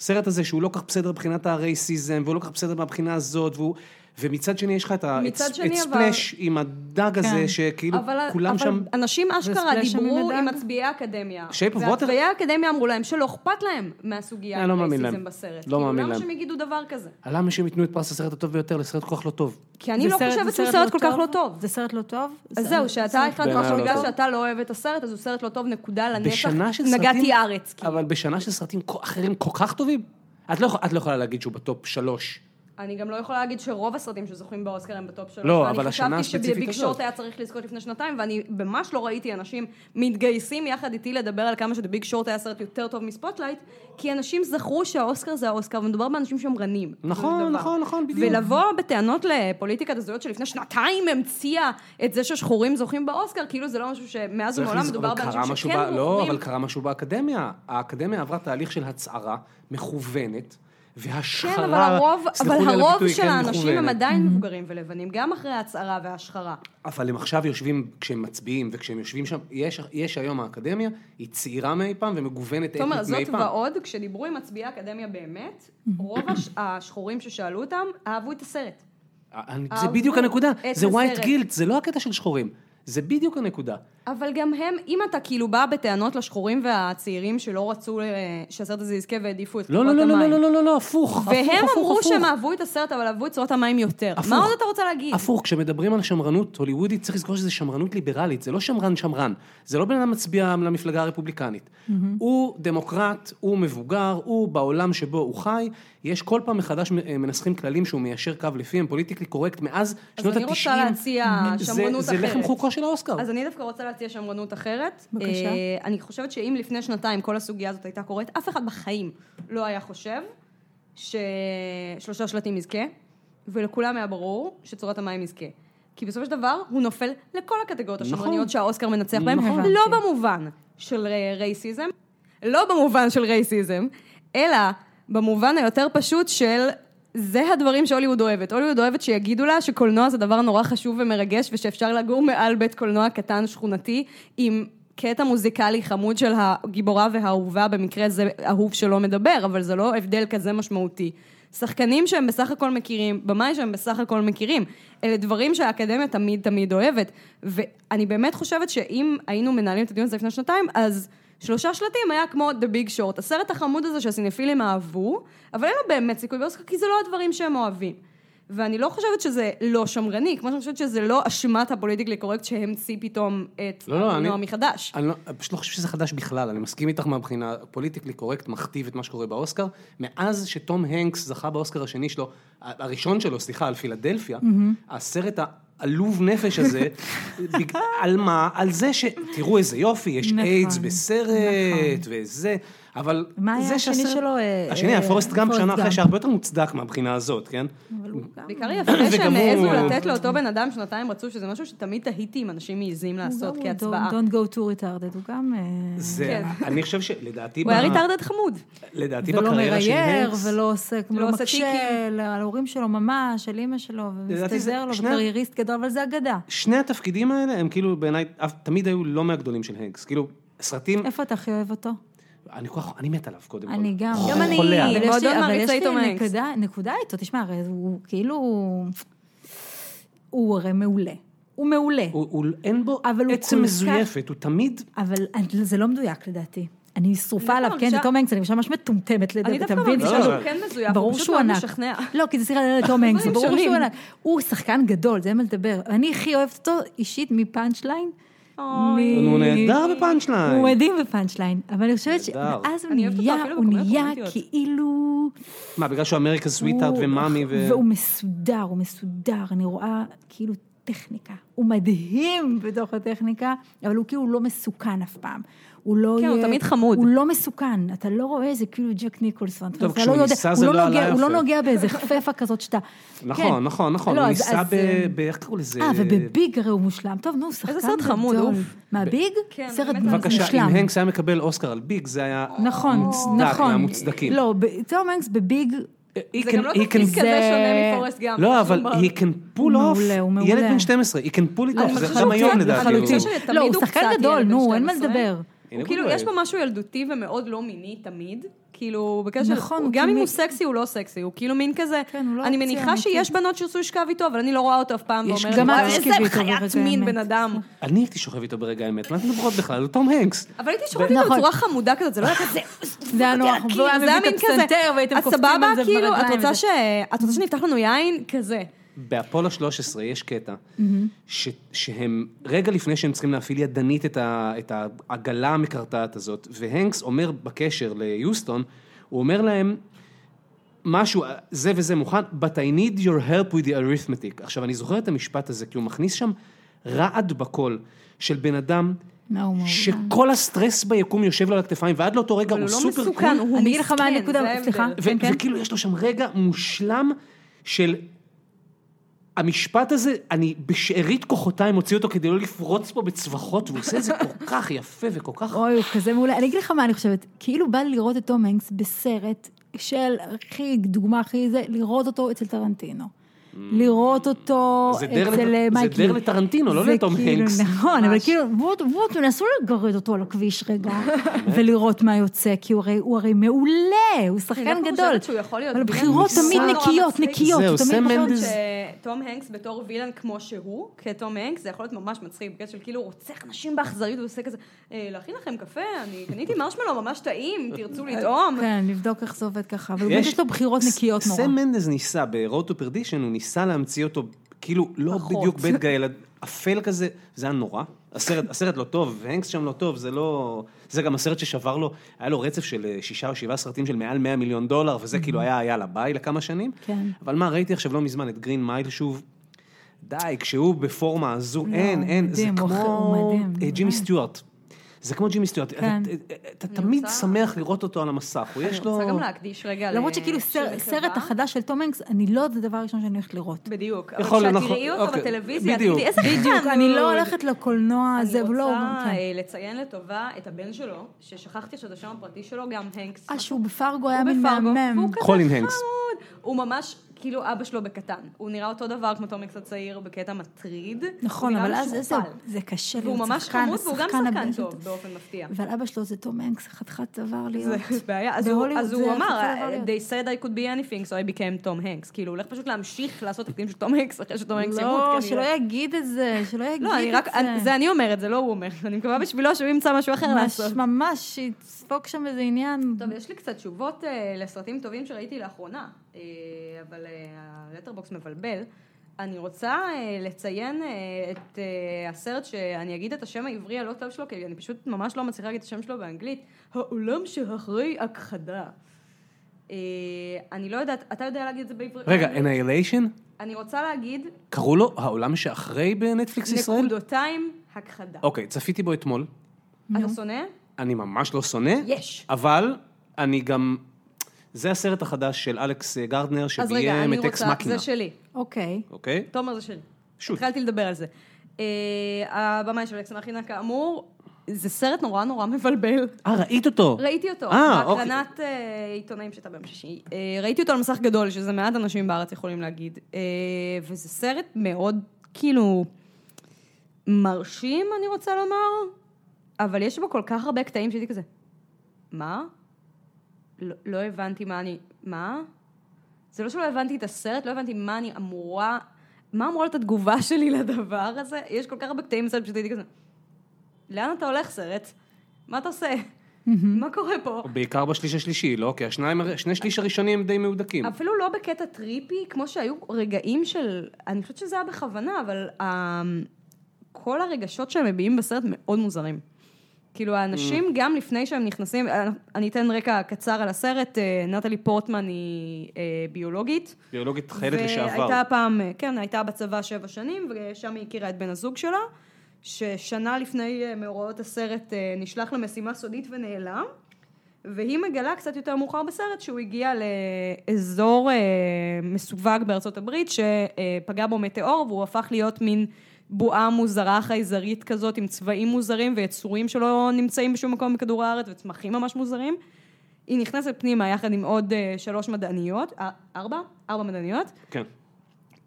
Speaker 2: הסרט הזה שהוא לא כל כך בסדר מבחינת הרייסיזם, והוא לא כל כך בסדר מהבחינה הזאת, והוא... ומצד שני יש לך את ה-
Speaker 1: מצד
Speaker 2: את-
Speaker 1: שני,
Speaker 2: את
Speaker 1: אבל-
Speaker 2: ספלאש עם הדג הזה,
Speaker 3: כן.
Speaker 2: שכאילו
Speaker 1: אבל,
Speaker 2: כאילו כולם
Speaker 1: אבל
Speaker 2: שם...
Speaker 1: אנשים אשכרה
Speaker 3: ספלאש שם
Speaker 1: דיברו
Speaker 3: עם
Speaker 1: עם
Speaker 3: הדג?
Speaker 1: מצביעי האקדמיה.
Speaker 2: Shape of Water?
Speaker 1: ומצביעי האקדמיה אמרו להם שלא אכפת להם מהסוגיה
Speaker 2: אני לא מאמין
Speaker 1: הרייסיזם
Speaker 2: להם.
Speaker 1: בסרט.
Speaker 2: לא מאמין
Speaker 1: כאילו,
Speaker 2: להם.
Speaker 1: למה שהם יגידו דבר כזה?
Speaker 2: למה שהם ייתנו את פרס הסרט הטוב ביותר לסרט כל כך לא טוב?
Speaker 1: כי אני
Speaker 3: זה
Speaker 1: לא
Speaker 3: סרט-
Speaker 1: חושבת
Speaker 3: זה
Speaker 1: שהוא סרט כל כך לא טוב.
Speaker 3: זה סרט לא טוב?
Speaker 1: אז
Speaker 3: זה-
Speaker 1: זהו, שאתה
Speaker 2: בעיניי
Speaker 1: החלטת
Speaker 2: לא
Speaker 1: שבגלל
Speaker 2: טוב.
Speaker 1: שאתה לא אוהב את הסרט, אז הוא סרט לא טוב, נקודה לנצח.
Speaker 2: בשנה של סרטים...
Speaker 1: נגעתי ארץ. כאילו.
Speaker 2: אבל בשנה של סרטים כל- אחרים כל כך טובים? את לא, יכול- את לא יכולה להגיד שהוא בטופ שלוש.
Speaker 1: אני גם לא יכולה להגיד שרוב הסרטים שזוכים באוסקר הם בטופ שלוש.
Speaker 2: לא,
Speaker 1: ואני
Speaker 2: אבל השנה הספציפית
Speaker 1: חשבתי
Speaker 2: הזאת.
Speaker 1: שביג היה צריך לזכות לפני שנתיים, ואני ממש לא ראיתי אנשים מתגייסים יחד איתי לדבר על כמה שביג שורט היה סרט יותר טוב מספוטלייט, כי אנשים זכרו שהאוסקר זה האוסקר, ומדובר באנשים שמרנים.
Speaker 2: נכון,
Speaker 1: זה דבר.
Speaker 2: נכון, נכון, בדיוק.
Speaker 1: ולבוא בטענות לפוליטיקת הזויות שלפני שנתיים המציאה את זה ששחורים זוכים באוסקר, כאילו זה לא משהו שמאז
Speaker 2: צריך
Speaker 1: ומעולם
Speaker 2: לזכור,
Speaker 1: מדובר
Speaker 2: אבל קרה
Speaker 1: באנשים
Speaker 2: משהו
Speaker 1: שכן
Speaker 2: ב- לא,
Speaker 1: בוחרים.
Speaker 2: אבל קרה משהו באקדמיה. האקדמיה עברה תהליך של הצהרה מכוונת, והשחרה...
Speaker 1: כן, אבל הרוב,
Speaker 2: סלחו
Speaker 1: אבל
Speaker 2: לי על
Speaker 1: הרוב
Speaker 2: הביטוי,
Speaker 1: של
Speaker 2: כן,
Speaker 1: האנשים הם
Speaker 2: מכוונת.
Speaker 1: עדיין מבוגרים ולבנים, גם אחרי ההצהרה וההשחרה.
Speaker 2: אבל הם עכשיו יושבים, כשהם מצביעים וכשהם יושבים שם, יש, יש היום האקדמיה, היא צעירה מאי פעם ומגוונת אתנית מאי
Speaker 1: תומר,
Speaker 2: פעם.
Speaker 1: זאת ועוד, כשדיברו עם מצביעי אקדמיה באמת, רוב הש- השחורים ששאלו אותם אהבו את הסרט.
Speaker 2: אני- זה
Speaker 1: אהבו
Speaker 2: בדיוק הנקודה,
Speaker 1: את
Speaker 2: זה white
Speaker 1: הסרט.
Speaker 2: guilt, זה לא הקטע של שחורים, זה בדיוק הנקודה.
Speaker 1: אבל גם הם, אם אתה כאילו בא בטענות לשחורים והצעירים שלא רצו אה, שהסרט הזה יזכה והעדיפו את
Speaker 2: לא, לא,
Speaker 1: קרבות
Speaker 2: לא, לא,
Speaker 1: המים.
Speaker 2: לא, לא, לא, לא, הפוך.
Speaker 1: והם
Speaker 2: הפוך,
Speaker 1: אמרו
Speaker 2: הפוך,
Speaker 1: שהם
Speaker 2: הפוך.
Speaker 1: אהבו את הסרט, אבל אהבו את צורת המים יותר.
Speaker 2: הפוך.
Speaker 1: מה עוד אתה רוצה להגיד?
Speaker 2: הפוך, כשמדברים על שמרנות הוליוודית, צריך לזכור שזה שמרנות ליברלית, זה לא שמרן שמרן. זה לא בן אדם מצביע למפלגה הרפובליקנית. הוא דמוקרט, הוא מבוגר, הוא בעולם שבו הוא חי, יש כל פעם מחדש אה, מנסחים כללים שהוא מיישר קו לפיהם, פוליטיקלי קורקט, מאז
Speaker 1: אז
Speaker 2: שנות
Speaker 1: אני רוצה
Speaker 2: ה-90.
Speaker 1: להציע שמרנות
Speaker 2: זה לחם
Speaker 1: אחרת.
Speaker 2: חוקו של האוסקר.
Speaker 1: אז אני דווקא רוצה להציע שמרנות אחרת.
Speaker 3: בבקשה.
Speaker 1: אה, אני חושבת שאם לפני שנתיים כל הסוגיה הזאת הייתה קורית, אף אחד בחיים לא היה חושב ששלושה שלטים יזכה, ולכולם היה ברור שצורת המים יזכה. כי בסופו של דבר הוא נופל לכל הקטגוריות
Speaker 2: נכון.
Speaker 1: השמרניות שהאוסקר מנצח בהן,
Speaker 3: נכון.
Speaker 1: לא במובן של אה, רייסיזם, לא במובן של רייסיזם, אלא במובן היותר פשוט של... זה הדברים שהוליווד אוהבת. הוליווד אוהבת שיגידו לה שקולנוע זה דבר נורא חשוב ומרגש ושאפשר לגור מעל בית קולנוע קטן שכונתי עם קטע מוזיקלי חמוד של הגיבורה והאהובה, במקרה זה אהוב שלא מדבר, אבל זה לא הבדל כזה משמעותי. שחקנים שהם בסך הכל מכירים, במאי שהם בסך הכל מכירים. אלה דברים שהאקדמיה תמיד תמיד אוהבת. ואני באמת חושבת שאם היינו מנהלים את הדיון הזה לפני שנתיים, אז שלושה שלטים היה כמו The Big Short, הסרט החמוד הזה שהסינפילים אהבו, אבל אין לו באמת סיכוי באוסקר, כי זה לא הדברים שהם אוהבים. ואני לא חושבת שזה לא שמרני, כמו שאני חושבת שזה לא אשמת הפוליטיקלי קורקט שהמציא פתאום את
Speaker 2: לא, לא,
Speaker 1: הקולנוע
Speaker 2: אני-
Speaker 1: מחדש.
Speaker 2: אני לא- אני פשוט לא חושב שזה חדש בכלל, אני מסכים איתך מהבחינה, פוליטיקלי קורקט מכתיב את מה שקורה באוסקר. מאז
Speaker 3: Mm-hmm.
Speaker 2: שתום הנקס זכה באוסקר השני שלו, ה- הראשון שלו, סליחה, על פילדלפיה, הסרט ה... העלוב נפש הזה, בג... על מה? על זה ש... תראו איזה יופי, יש
Speaker 3: נכון,
Speaker 2: איידס בסרט,
Speaker 3: נכון.
Speaker 2: וזה, אבל...
Speaker 3: מה היה
Speaker 2: זה
Speaker 3: השני
Speaker 2: שהסרט-
Speaker 3: שלו? אה,
Speaker 2: השני היה
Speaker 3: אה,
Speaker 2: פורסט גאמפ
Speaker 3: פורסט
Speaker 2: שנה אחרי
Speaker 3: גאמפ.
Speaker 2: שהרבה יותר מוצדק מהבחינה הזאת, כן?
Speaker 3: אבל הוא גם-
Speaker 2: אה,
Speaker 1: בעיקר יפה שהם
Speaker 2: וגם הוא-
Speaker 1: העזו לתת
Speaker 3: לא,
Speaker 1: לאותו בן אדם שנתיים רצוף, שזה משהו שתמיד תהיתי אם אנשים מעיזים לעשות
Speaker 3: הוא גם-
Speaker 1: כהצבעה.
Speaker 3: don't- Don't go too retarded, הוא גם... אה,
Speaker 2: זה,
Speaker 1: כן.
Speaker 2: אני חושב שלדעתי...
Speaker 1: הוא היה
Speaker 2: ב-
Speaker 1: ריטרדד חמוד.
Speaker 2: לדעתי
Speaker 3: ולא
Speaker 2: בקריירה של
Speaker 3: מרייר,
Speaker 2: הנקס...
Speaker 3: ולא עושה,
Speaker 1: לא
Speaker 3: לא
Speaker 1: עושה
Speaker 3: מקשה,
Speaker 1: טיקים.
Speaker 3: על ההורים שלו ממש, על אימא שלו,
Speaker 2: לדעתי זה-
Speaker 3: ומסתדר לו,
Speaker 2: שני-
Speaker 3: וטרייריסט גדול, אבל זה אגדה.
Speaker 2: שני התפקידים האלה הם כאילו בעיניי אף- תמיד היו לא מהגדולים של הנקס. כאילו, סרטים,
Speaker 3: איפה אתה הכי אוהב אותו?
Speaker 2: אני כל כך, אני מת עליו קודם כל.
Speaker 3: אני גם.
Speaker 1: גם אני.
Speaker 2: חולה עליו.
Speaker 3: אבל יש לי-
Speaker 1: מאוד מאוד
Speaker 3: אבל יש
Speaker 1: מעריצה איתו
Speaker 3: לי
Speaker 1: מהנקס.
Speaker 3: נקודה- נקודה איתו, תשמע, הרי הוא כאילו... הוא הרי מעולה. הוא מעולה.
Speaker 2: הוא- הוא- אין בו
Speaker 3: אבל הוא כל
Speaker 2: עצם
Speaker 3: כך-
Speaker 2: מזויפת, הוא תמיד...
Speaker 3: אבל אני- זה לא מדויק לדעתי. אני שרופה
Speaker 1: דווקא
Speaker 3: עליו, כן, זה
Speaker 1: מרגישה-
Speaker 3: טום הנקס, אני ממש מטומטמת לדעת,
Speaker 1: אני
Speaker 3: אתה
Speaker 1: דווקא
Speaker 3: מבין?
Speaker 1: מרגישה
Speaker 2: לא,
Speaker 1: שהוא
Speaker 2: לא.
Speaker 1: כן מזויף, הוא
Speaker 3: ברור
Speaker 1: פשוט
Speaker 3: שהוא
Speaker 1: מאוד
Speaker 3: ענק.
Speaker 1: משכנע.
Speaker 3: לא, כי זה סרט על טום הנקס,
Speaker 1: דברים
Speaker 3: ברור
Speaker 1: שונים.
Speaker 3: שהוא ענק. הוא שחקן גדול, זה אין מה לדבר. אני הכי אוהבת אותו אישית מפאנצ' ליין.
Speaker 1: אוי.
Speaker 3: מ-
Speaker 2: הוא נהדר בפאנצ' ליין.
Speaker 3: הוא מדהים בפאנצ' ליין, אבל אני חושבת ש...
Speaker 2: נהדר.
Speaker 3: ואז הוא
Speaker 1: אני אוהבת אותו
Speaker 3: נהיה,
Speaker 1: אפילו
Speaker 3: הוא
Speaker 1: בקומדיות
Speaker 3: נהיה
Speaker 1: רומנטיות.
Speaker 3: כאילו...
Speaker 2: מה, בגלל שהוא אמריקה סוויטארט
Speaker 3: הוא-
Speaker 2: ומאמי ו...
Speaker 3: והוא מסודר, הוא מסודר, אני רואה כאילו טכניקה. הוא מדהים בתוך הטכניקה, אבל הוא כאילו לא מסוכן אף פעם. הוא לא
Speaker 1: כן,
Speaker 3: יהיה...
Speaker 1: הוא תמיד חמוד.
Speaker 3: הוא לא מסוכן, אתה לא רואה איזה כאילו ג'ק ניקולסון.
Speaker 2: טוב,
Speaker 3: אתה
Speaker 2: כשהוא
Speaker 3: יודע-
Speaker 2: ניסה
Speaker 3: הוא
Speaker 2: זה לא
Speaker 3: נוגע-
Speaker 2: עלה
Speaker 3: הוא לא
Speaker 2: יפה.
Speaker 3: נוגע באיזה חפפה כזאת שאתה...
Speaker 2: נכון,
Speaker 3: כן.
Speaker 2: נכון, נכון.
Speaker 3: לא,
Speaker 2: הוא
Speaker 3: אז-
Speaker 2: ניסה
Speaker 3: אז,
Speaker 2: ב...
Speaker 3: אה,
Speaker 2: ב- איך קראו לזה?
Speaker 3: אה, ובביג הרי הוא מושלם. טוב, נו, שחקן גדול.
Speaker 1: סרט חמוד, אוף.
Speaker 3: מהביג?
Speaker 1: כן,
Speaker 3: סרט
Speaker 1: באמת,
Speaker 3: מושלם.
Speaker 2: בבקשה, אם הנקס היה מקבל אוסקר על ביג, זה היה
Speaker 3: נכון,
Speaker 2: מוצדק,
Speaker 3: נכון.
Speaker 2: מהמוצדקים.
Speaker 3: לא, ב- תום הנקס בביג,
Speaker 2: He
Speaker 1: זה
Speaker 2: can-
Speaker 1: גם לא
Speaker 2: he
Speaker 1: תפקיד
Speaker 2: can-
Speaker 1: כזה
Speaker 3: זה-
Speaker 1: שונה מפורסט גאמפ.
Speaker 2: לא, אבל
Speaker 1: שום
Speaker 2: he can pull off,
Speaker 3: הוא מעולה, הוא
Speaker 2: ילד
Speaker 3: מעולה.
Speaker 2: בן 12, he can pull it
Speaker 1: אני
Speaker 2: off,
Speaker 1: חושבת
Speaker 2: זה גם
Speaker 1: שהוא
Speaker 2: היום
Speaker 1: קצת
Speaker 2: לדעתי.
Speaker 1: לחלוטין.
Speaker 2: הוא-
Speaker 1: אני חושבת שתמיד
Speaker 3: לא, הוא
Speaker 1: הוא
Speaker 3: שחקן
Speaker 1: קצת
Speaker 3: גדול,
Speaker 1: ילד בן
Speaker 3: נו, אין מה
Speaker 1: 12.
Speaker 3: לדבר.
Speaker 2: הנה,
Speaker 1: הוא כאילו,
Speaker 2: הוא
Speaker 1: יש בו
Speaker 2: דואג.
Speaker 1: משהו ילדותי ומאוד לא מיני תמיד. כאילו, בקשר...
Speaker 3: נכון,
Speaker 1: הוא גם
Speaker 3: הוא כאילו
Speaker 1: אם הוא
Speaker 3: מין-
Speaker 1: סקסי, הוא לא סקסי. הוא כאילו מין כזה...
Speaker 3: כן, הוא לא
Speaker 1: אני
Speaker 3: אופציה
Speaker 1: מניחה
Speaker 3: אמיתית.
Speaker 1: שיש בנות שירצו לשכב איתו, אבל אני לא רואה אותו אף פעם
Speaker 3: יש
Speaker 1: ואומרת,
Speaker 3: גם את
Speaker 1: "וואי,
Speaker 3: תשכבי
Speaker 1: איזה
Speaker 3: איתו נכון.
Speaker 1: חיית
Speaker 3: ברגע
Speaker 1: מין
Speaker 3: האמת."
Speaker 1: בן אדם.
Speaker 2: אני הייתי שוכב איתו ברגע האמת, מה אתם מדברות בכלל? הוא תום הנקס.
Speaker 1: אבל הייתי שוכבת איתו
Speaker 3: נכון.
Speaker 1: בצורה חמודה כזאת, זה לא היה כזה...
Speaker 3: זה היה נורא,
Speaker 1: כאילו,
Speaker 3: והוא היה
Speaker 1: זה
Speaker 3: מביא את
Speaker 1: מין כזה,
Speaker 3: הפסנתר והייתם
Speaker 1: "את
Speaker 3: קופצים
Speaker 1: סבבה,
Speaker 3: על זה
Speaker 1: כאילו, את
Speaker 3: ברגליים
Speaker 1: רוצה
Speaker 3: וזה."
Speaker 1: ש... את רוצה שנפתח לנו יין? כזה.
Speaker 2: לא, באפולו 13 יש קטע,
Speaker 1: Mm-hmm.
Speaker 2: ש, שהם, רגע לפני שהם צריכים להפעיל ידנית את, ה, את העגלה המקרטעת הזאת, והנקס אומר בקשר ליוסטון, הוא אומר להם, משהו, זה וזה מוכן, but I need your help with the arithmetic. עכשיו, אני זוכר את המשפט הזה, כי הוא מכניס שם רעד בקול של בן אדם,
Speaker 3: לא, הוא מעולה.
Speaker 2: שכל הסטרס ביקום יושב לו על הכתפיים, ועד לאותו רגע
Speaker 1: אבל
Speaker 2: הוא
Speaker 1: הוא לא
Speaker 2: סופר
Speaker 1: מסוכן,
Speaker 2: קול.
Speaker 1: הוא
Speaker 3: אני אגיד לך מה
Speaker 1: מסכן,
Speaker 3: הנקודה,
Speaker 1: זה ההבדל.
Speaker 3: סליחה.
Speaker 2: ו-
Speaker 3: כן, כן.
Speaker 2: וכאילו יש לו שם רגע מושלם של... המשפט הזה, אני בשארית כוחותיי מוציא אותו כדי לא לפרוץ פה בצווחות, והוא עושה את זה כל כך יפה וכל כך...
Speaker 3: אוי, הוא כזה מעולה. אני אגיד לך מה אני חושבת, כאילו בא לי לראות את תום הנקס בסרט של הכי, דוגמה הכי זה, לראות אותו אצל טרנטינו. לראות אותו
Speaker 2: Mm. זה דר לט-
Speaker 3: אצל אה,
Speaker 2: זה
Speaker 3: מייקי.
Speaker 2: דר לטרנטינו, לא
Speaker 3: זה
Speaker 2: לתום
Speaker 3: כאילו,
Speaker 2: הנקס.
Speaker 3: נכון, אבל
Speaker 1: ממש.
Speaker 3: כאילו, בואו, בואו תנסו לגרד אותו על הכביש רגע, ולראות מה יוצא, כי הוא הרי- הוא הרי מעולה, הוא
Speaker 1: אני
Speaker 3: שחקן
Speaker 1: דווקא
Speaker 3: כן, גדול.
Speaker 1: חושבת שהוא יכול להיות
Speaker 3: אבל
Speaker 1: וילן
Speaker 3: בחירות
Speaker 1: נורא
Speaker 3: תמיד
Speaker 1: נורא
Speaker 3: נקיות,
Speaker 1: לא מצחיק.
Speaker 3: נקיות.
Speaker 2: זהו,
Speaker 3: הוא תמיד נכון
Speaker 2: סם
Speaker 3: בחר-
Speaker 2: מנדס.
Speaker 1: שתום הנקס בתור וילן כמו שהוא, כתום הנקס, זה יכול להיות ממש מצחיק, בגלל של כאילו הוא רוצח נשים באכזריות ועושה כזה, "אה, להכין לכם קפה, אני קניתי מרשמלו ממש טעים, תרצו לטעום.
Speaker 3: כן, נבדוק איך זה עובד ככה, אבל באמת יש לו בחירות נקיות נורא.
Speaker 2: סם מנדז ניסה, ב-Road to Perdition, הוא ניסה להמציא אותו, כאילו, לא
Speaker 1: פחות.
Speaker 2: בדיוק בית גאל, אפל כזה, זה היה נורא. הסרט, הסרט לא טוב, והנקס שם לא טוב, זה לא... זה גם הסרט ששבר לו, היה לו רצף של אה, שישה או שבעה סרטים של מעל 100 מיליון דולר, וזה כאילו היה היה ביי לכמה שנים.
Speaker 3: Mm-hmm. כן.
Speaker 2: אבל מה, ראיתי עכשיו לא מזמן את גרין מייל שוב. די, כשהוא בפורמה הזו,
Speaker 3: לא,
Speaker 2: אין, אין, זה
Speaker 3: מדהים, הוא אחי-
Speaker 2: כמו
Speaker 3: הוא מדהים,
Speaker 2: אה, ג'ימי
Speaker 3: באמת.
Speaker 2: סטיוארט. זה כמו ג'ימי סטיוארט, אתה-
Speaker 3: כן.
Speaker 2: אתה- אתה תמיד
Speaker 1: רוצה-
Speaker 2: שמח לראות אותו על המסך, הוא יש
Speaker 1: אני
Speaker 2: לו...
Speaker 1: רוצה גם להקדיש רגע
Speaker 3: למרות
Speaker 1: ל-
Speaker 3: שכאילו סר-
Speaker 1: שירי
Speaker 3: סרט
Speaker 1: קיבה.
Speaker 3: החדש של תום הנקס, אני לא, זה הדבר הראשון שאני הולכת לראות.
Speaker 1: בדיוק.
Speaker 2: יכול,
Speaker 1: יכול, נכון.
Speaker 2: נכון,
Speaker 1: כשתראי אותו
Speaker 2: אוקיי,
Speaker 1: בטלוויזיה,
Speaker 2: בדיוק.
Speaker 1: תגידי, איזה חן.
Speaker 3: בדיוק, אני
Speaker 1: הוא-
Speaker 3: לא הולכת לקולנוע,
Speaker 1: אני
Speaker 3: זה
Speaker 1: רוצה
Speaker 3: לא...
Speaker 1: אה, לציין לטובה את הבן שלו, ששכחתי שזה השם הפרטי שלו, גם הנקס.
Speaker 3: אה, שהוא בפרגו היה
Speaker 1: הוא
Speaker 3: מין
Speaker 1: בפרגו,
Speaker 3: מהמם.
Speaker 1: והוא כזה
Speaker 2: קולין הנקס.
Speaker 1: חמוד. הוא ממש כאילו אבא שלו בקטן. הוא נראה אותו דבר כמו תומקס הצעיר בקטע מטריד.
Speaker 3: נכון,
Speaker 1: הוא נראה
Speaker 3: אבל
Speaker 1: לי
Speaker 3: אז איזה...
Speaker 1: שוכפל.
Speaker 3: זה קשה
Speaker 1: והוא
Speaker 3: להיות
Speaker 1: ממש
Speaker 3: שחקן,
Speaker 1: חמוד והוא גם
Speaker 3: השחקן
Speaker 1: שחקן
Speaker 3: הבן
Speaker 1: טוב
Speaker 3: שלו.
Speaker 1: באופן מפתיע.
Speaker 3: אבל אבר שלו זה תום הנקס, חתיכת דבר
Speaker 1: זה
Speaker 3: להיות.
Speaker 1: בעיה. אז הוא-
Speaker 3: בהוליווד
Speaker 1: אז
Speaker 3: זה
Speaker 1: הוא אמר,
Speaker 3: חתיכת דבר להיות.
Speaker 1: they said I could be anything, so I became Tom Hanks. כאילו, הוא הולך פשוט להמשיך לעשות תקדים של תום הנקס אחרי שתום הנקס ימות.
Speaker 3: לא,
Speaker 1: כנראה.
Speaker 3: שלא יגיד את זה, שלא יגיד
Speaker 1: לא, אני
Speaker 3: את
Speaker 1: רק,
Speaker 3: זה.
Speaker 1: זה אני אומרת, זה לא הוא אומר. אני מקווה בשבילו שהוא ימצא משהו אחר
Speaker 3: ממש,
Speaker 1: לעשות.
Speaker 3: ממש, ידפוק שם איזה עניין.
Speaker 1: טוב, יש לי קצת תשובות אה, לסרטים טובים שראיתי לאחרונה, אה, אבל אה, הלטרבוקס מבלבל. אני רוצה אה, לציין אה, את אה, הסרט שאני אגיד את השם העברי הלא טוב שלו, כי אני פשוט ממש לא מצליחה להגיד את השם שלו באנגלית. העולם שאחרי הכחדה. אה, אני לא יודעת, אתה יודע להגיד את זה בעברית?
Speaker 2: רגע, Annihilation?
Speaker 1: אני רוצה להגיד,
Speaker 2: קראו לו העולם שאחרי בנטפליקס ישראל?
Speaker 1: נקודותיים הכחדה.
Speaker 2: אוקיי, צפיתי בו אתמול. אוקיי.
Speaker 1: אתה שונא?
Speaker 2: אני ממש לא שונא.
Speaker 1: יש.
Speaker 2: אבל אני גם... זה הסרט החדש של אלכס גרדנר,
Speaker 1: אז רגע,
Speaker 2: שביים
Speaker 1: אני
Speaker 2: את אקס
Speaker 1: רוצה,
Speaker 2: מקינה.
Speaker 1: זה שלי.
Speaker 3: אוקיי.
Speaker 2: אוקיי?
Speaker 1: תומר זה שלי.
Speaker 2: שוט.
Speaker 1: התחלתי לדבר על זה. אה, הבמאי של אקס מכינה כאמור, זה סרט נורא נורא מבלבל.
Speaker 2: אה, ראית אותו?
Speaker 1: ראיתי אותו,
Speaker 2: אה, אוקיי.
Speaker 1: בהקרנת אה, עיתונאים שהייתה ביום שישי. אה, ראיתי אותו על מסך גדול, שזה מעט אנשים בארץ יכולים להגיד. אה, וזה סרט מאוד, כאילו, מרשים, אני רוצה לומר, אבל יש בו כל כך הרבה קטעים שהייתי כזה, מה? לא, לא הבנתי מה אני... מה? זה לא שלא הבנתי את הסרט, לא הבנתי מה אני אמורה... מה אמורה להיות התגובה שלי לדבר הזה? יש כל כך הרבה קטעים בסרט, פשוט הייתי כזה... לאן אתה הולך, סרט? מה אתה עושה? מה קורה פה?
Speaker 2: בעיקר בשליש השלישי, לא? כי השניים, הר- שני שליש הראשונים הם די מהודקים.
Speaker 1: אפילו לא בקטע טריפי, כמו שהיו רגעים של... אני חושבת שזה היה בכוונה, אבל ה... כל הרגשות שהם מביעים בסרט מאוד מוזרים. כאילו, האנשים, גם לפני שהם נכנסים... אה, אני אתן רקע קצר על הסרט. אה, נטלי פורטמן היא אה, ביולוגית.
Speaker 2: ביולוגית חיילת
Speaker 1: והייתה
Speaker 2: לשעבר.
Speaker 1: פעם, כן, הייתה בצבא שבע שנים, ושם היא הכירה את בן הזוג שלה, ששנה לפני אה, מאורעות הסרט אה, נשלח למשימה סודית ונעלם, והיא מגלה קצת יותר מאוחר בסרט שהוא הגיע לאזור אה, מסווג בארצות הברית, שפגע בו מטאור, והוא הפך להיות מין בועה מוזרה חייזרית כזאת, עם צבעים מוזרים ויצורים שלא נמצאים בשום מקום בכדור הארץ, וצמחים ממש מוזרים. היא נכנסת פנימה יחד עם עוד אה, שלוש מדעניות, אה, ארבע? ארבע מדעניות,
Speaker 2: כן.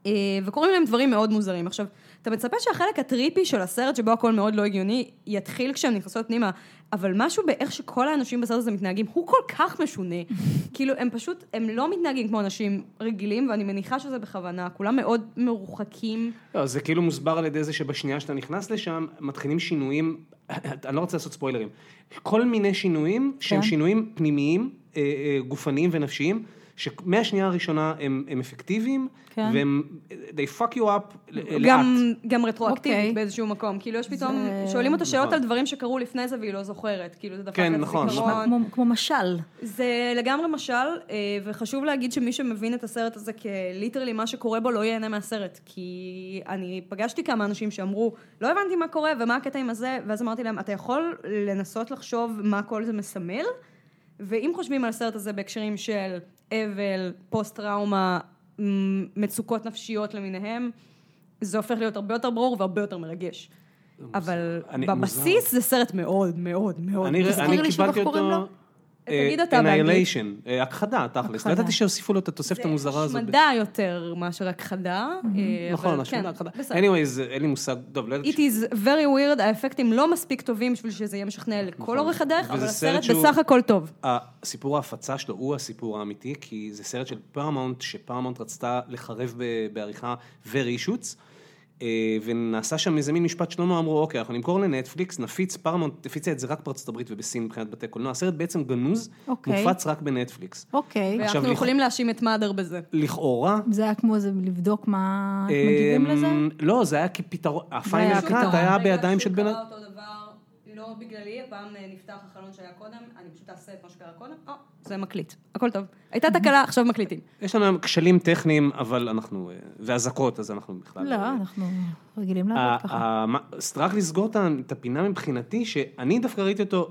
Speaker 1: אה, וקורים להם דברים מאוד מוזרים. עכשיו, אתה מצפה שהחלק הטריפי של הסרט, שבו הכל מאוד לא הגיוני, יתחיל כשהן נכנסות פנימה, אבל משהו באיך שכל האנשים בסרט הזה מתנהגים, הוא כל כך משונה. כאילו, הם פשוט, הם לא מתנהגים כמו אנשים רגילים, ואני מניחה שזה בכוונה, כולם מאוד מרוחקים.
Speaker 2: לא, זה כאילו מוסבר על ידי זה שבשנייה שאתה נכנס לשם, מתחילים שינויים, אני לא רוצה לעשות ספוילרים, כל מיני שינויים שהם
Speaker 3: כן.
Speaker 2: שינויים פנימיים, אה, אה, גופניים ונפשיים, שמהשנייה הראשונה הם הם אפקטיביים,
Speaker 3: כן.
Speaker 2: והם, they fuck you up ל- אה, לאט.
Speaker 1: גם, גם רטרואקטיבית
Speaker 3: אוקיי.
Speaker 1: okay. באיזשהו מקום. כאילו, יש פתאום,
Speaker 3: זה-
Speaker 1: שואלים אותה שאלות
Speaker 2: נכון.
Speaker 1: על דברים שקרו לפני זה והיא לא זוכרת. כאילו, זה דפק
Speaker 2: כן,
Speaker 1: לה את
Speaker 2: נכון,
Speaker 1: הזיכרון.
Speaker 3: נשמע כמו, כמו משל.
Speaker 1: זה לגמרי משל, אה, וחשוב להגיד שמי שמבין את הסרט הזה כליטרלי מה שקורה בו לא ייהנה מהסרט. כי אני פגשתי כמה אנשים שאמרו, לא הבנתי מה קורה ומה הקטע עם הזה, ואז אמרתי להם, אתה יכול לנסות לחשוב מה כל זה מסמל? ואם חושבים על הסרט הזה בהקשרים של אבל, פוסט-טראומה, מ- מצוקות נפשיות למיניהם, זה הופך להיות הרבה יותר ברור והרבה יותר מרגש. אבל
Speaker 2: אני- מוזר.
Speaker 1: בבסיס זה סרט מאוד מאוד מאוד
Speaker 2: אני
Speaker 3: תזכיר
Speaker 2: אני
Speaker 3: לי שוב
Speaker 2: קיבלתי
Speaker 3: איך קוראים
Speaker 2: אותו...
Speaker 3: לו?
Speaker 2: אה,
Speaker 1: תגיד אתה באנגלית.
Speaker 2: Annihilation, אה, הכחדה, תכלס. לא
Speaker 3: הכחדה.
Speaker 2: ידעתי שהוסיפו לו את התוספת המוזרה
Speaker 1: זה
Speaker 2: הזאת.
Speaker 1: השמדה יותר מאשר הכחדה. אה,
Speaker 2: נכון,
Speaker 1: אבל
Speaker 2: השמדה,
Speaker 1: כן,
Speaker 2: הכחדה.
Speaker 1: בסדר. E
Speaker 2: anyways, אין לי מושג, טוב, לא
Speaker 1: It
Speaker 2: ידעתי ש-
Speaker 1: is very weird, האפקטים לא מספיק טובים בשביל שזה יהיה משכנע לכל
Speaker 2: נכון.
Speaker 1: אורך הדרך,
Speaker 2: וזה
Speaker 1: אבל
Speaker 2: סרט
Speaker 1: הסרט
Speaker 2: שהוא-
Speaker 1: בסך הכל טוב.
Speaker 2: הסיפור ההפצה שלו הוא הסיפור האמיתי, כי זה סרט של פרמונט, שפרמונט רצתה לחרב ב- בעריכה ורישוץ, אה, ונעשה שם איזה מין משפט שלמה, אמרו, אוקיי, אנחנו נמכור לנטפליקס, נפיץ, פרמונט הפיצה את זה רק בארצות הברית ובסין מבחינת בתי קולנוע, הסרט בעצם גנוז,
Speaker 3: אוקיי.
Speaker 2: מופץ רק בנטפליקס.
Speaker 3: אוקיי.
Speaker 2: עכשיו,
Speaker 1: ואנחנו
Speaker 2: לכ-
Speaker 1: יכולים להאשים את מאדר בזה.
Speaker 2: לכאורה...
Speaker 3: זה היה כמו איזה לבדוק מה... איך אה, מגיבים
Speaker 2: אה,
Speaker 3: לזה?
Speaker 2: לא, זה היה כפתרון,
Speaker 3: היה
Speaker 2: הפיינל קראט
Speaker 3: הפתרון.
Speaker 2: היה בידיים של בן...
Speaker 1: אותו דבר, לא בגללי, הפעם נפתח החלון שהיה קודם, אני פשוט אעשה את מה שקרה קודם, או, אה, זה מקליט, הכל טוב. הייתה תקלה, עכשיו מקליטים.
Speaker 2: יש לנו היום כשלים טכניים, אבל אנחנו... אה, ואזעקות, אז אנחנו בכלל...
Speaker 3: לא,
Speaker 2: אה,
Speaker 3: אנחנו רגילים
Speaker 2: ה-
Speaker 3: לעבוד ככה.
Speaker 2: ה- מה- אז רק לסגור את ה- את הפינה מבחינתי, שאני דווקא ראיתי אותו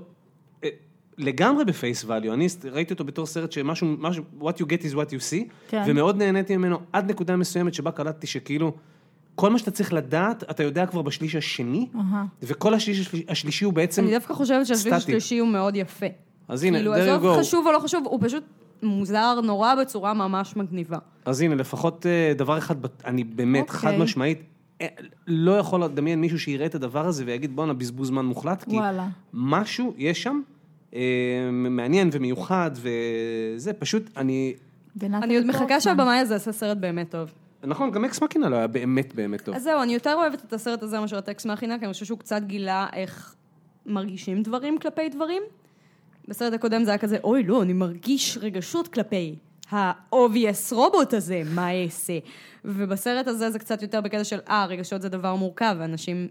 Speaker 2: אה, לגמרי בפייס ואליו, אני ס- ראיתי אותו בתור סרט שמשהו, משהו, what you get is what you see,
Speaker 3: כן.
Speaker 2: ומאוד נהניתי ממנו עד נקודה מסוימת שבה קלטתי שכאילו, כל מה שאתה צריך לדעת, אתה יודע כבר בשליש השני,
Speaker 3: אהה.
Speaker 2: וכל השליש השליש- השלישי הוא בעצם,
Speaker 1: אני דווקא חושבת שהשליש
Speaker 2: כן. סטטי.
Speaker 1: השלישי הוא מאוד יפה.
Speaker 2: אז הנה,
Speaker 1: כאילו,
Speaker 2: there you
Speaker 1: עזוב
Speaker 2: go.
Speaker 1: חשוב או לא חשוב, הוא פשוט מוזר נורא בצורה ממש מגניבה.
Speaker 2: אז הנה, לפחות אה, דבר אחד, בט- אני באמת,
Speaker 3: אוקיי.
Speaker 2: חד משמעית, אה, לא יכול לדמיין מישהו שיראה את הדבר הזה ויגיד, בואנה, בזבוז זמן מוחלט, כי...
Speaker 3: וואלה.
Speaker 2: משהו יש שם אה, מעניין ומיוחד וזה, פשוט אני...
Speaker 3: ונתן
Speaker 1: אני עוד
Speaker 3: פורטמן.
Speaker 1: מחכה שהבמאי הזה יעשה סרט באמת טוב.
Speaker 2: נכון, גם אקס מקינה לא היה באמת באמת טוב.
Speaker 1: אז זהו, אני יותר אוהבת את הסרט הזה מאשר את אקס מאכינה, כי אני חושבת שהוא קצת גילה איך מרגישים דברים כלפי דברים. בסרט הקודם זה היה כזה, אוי, לא, אני מרגיש רגשות כלפי ה-obvious רובוט הזה, מה אעשה? ובסרט הזה זה קצת יותר בקטע של, אה, רגשות זה דבר מורכב, ואנשים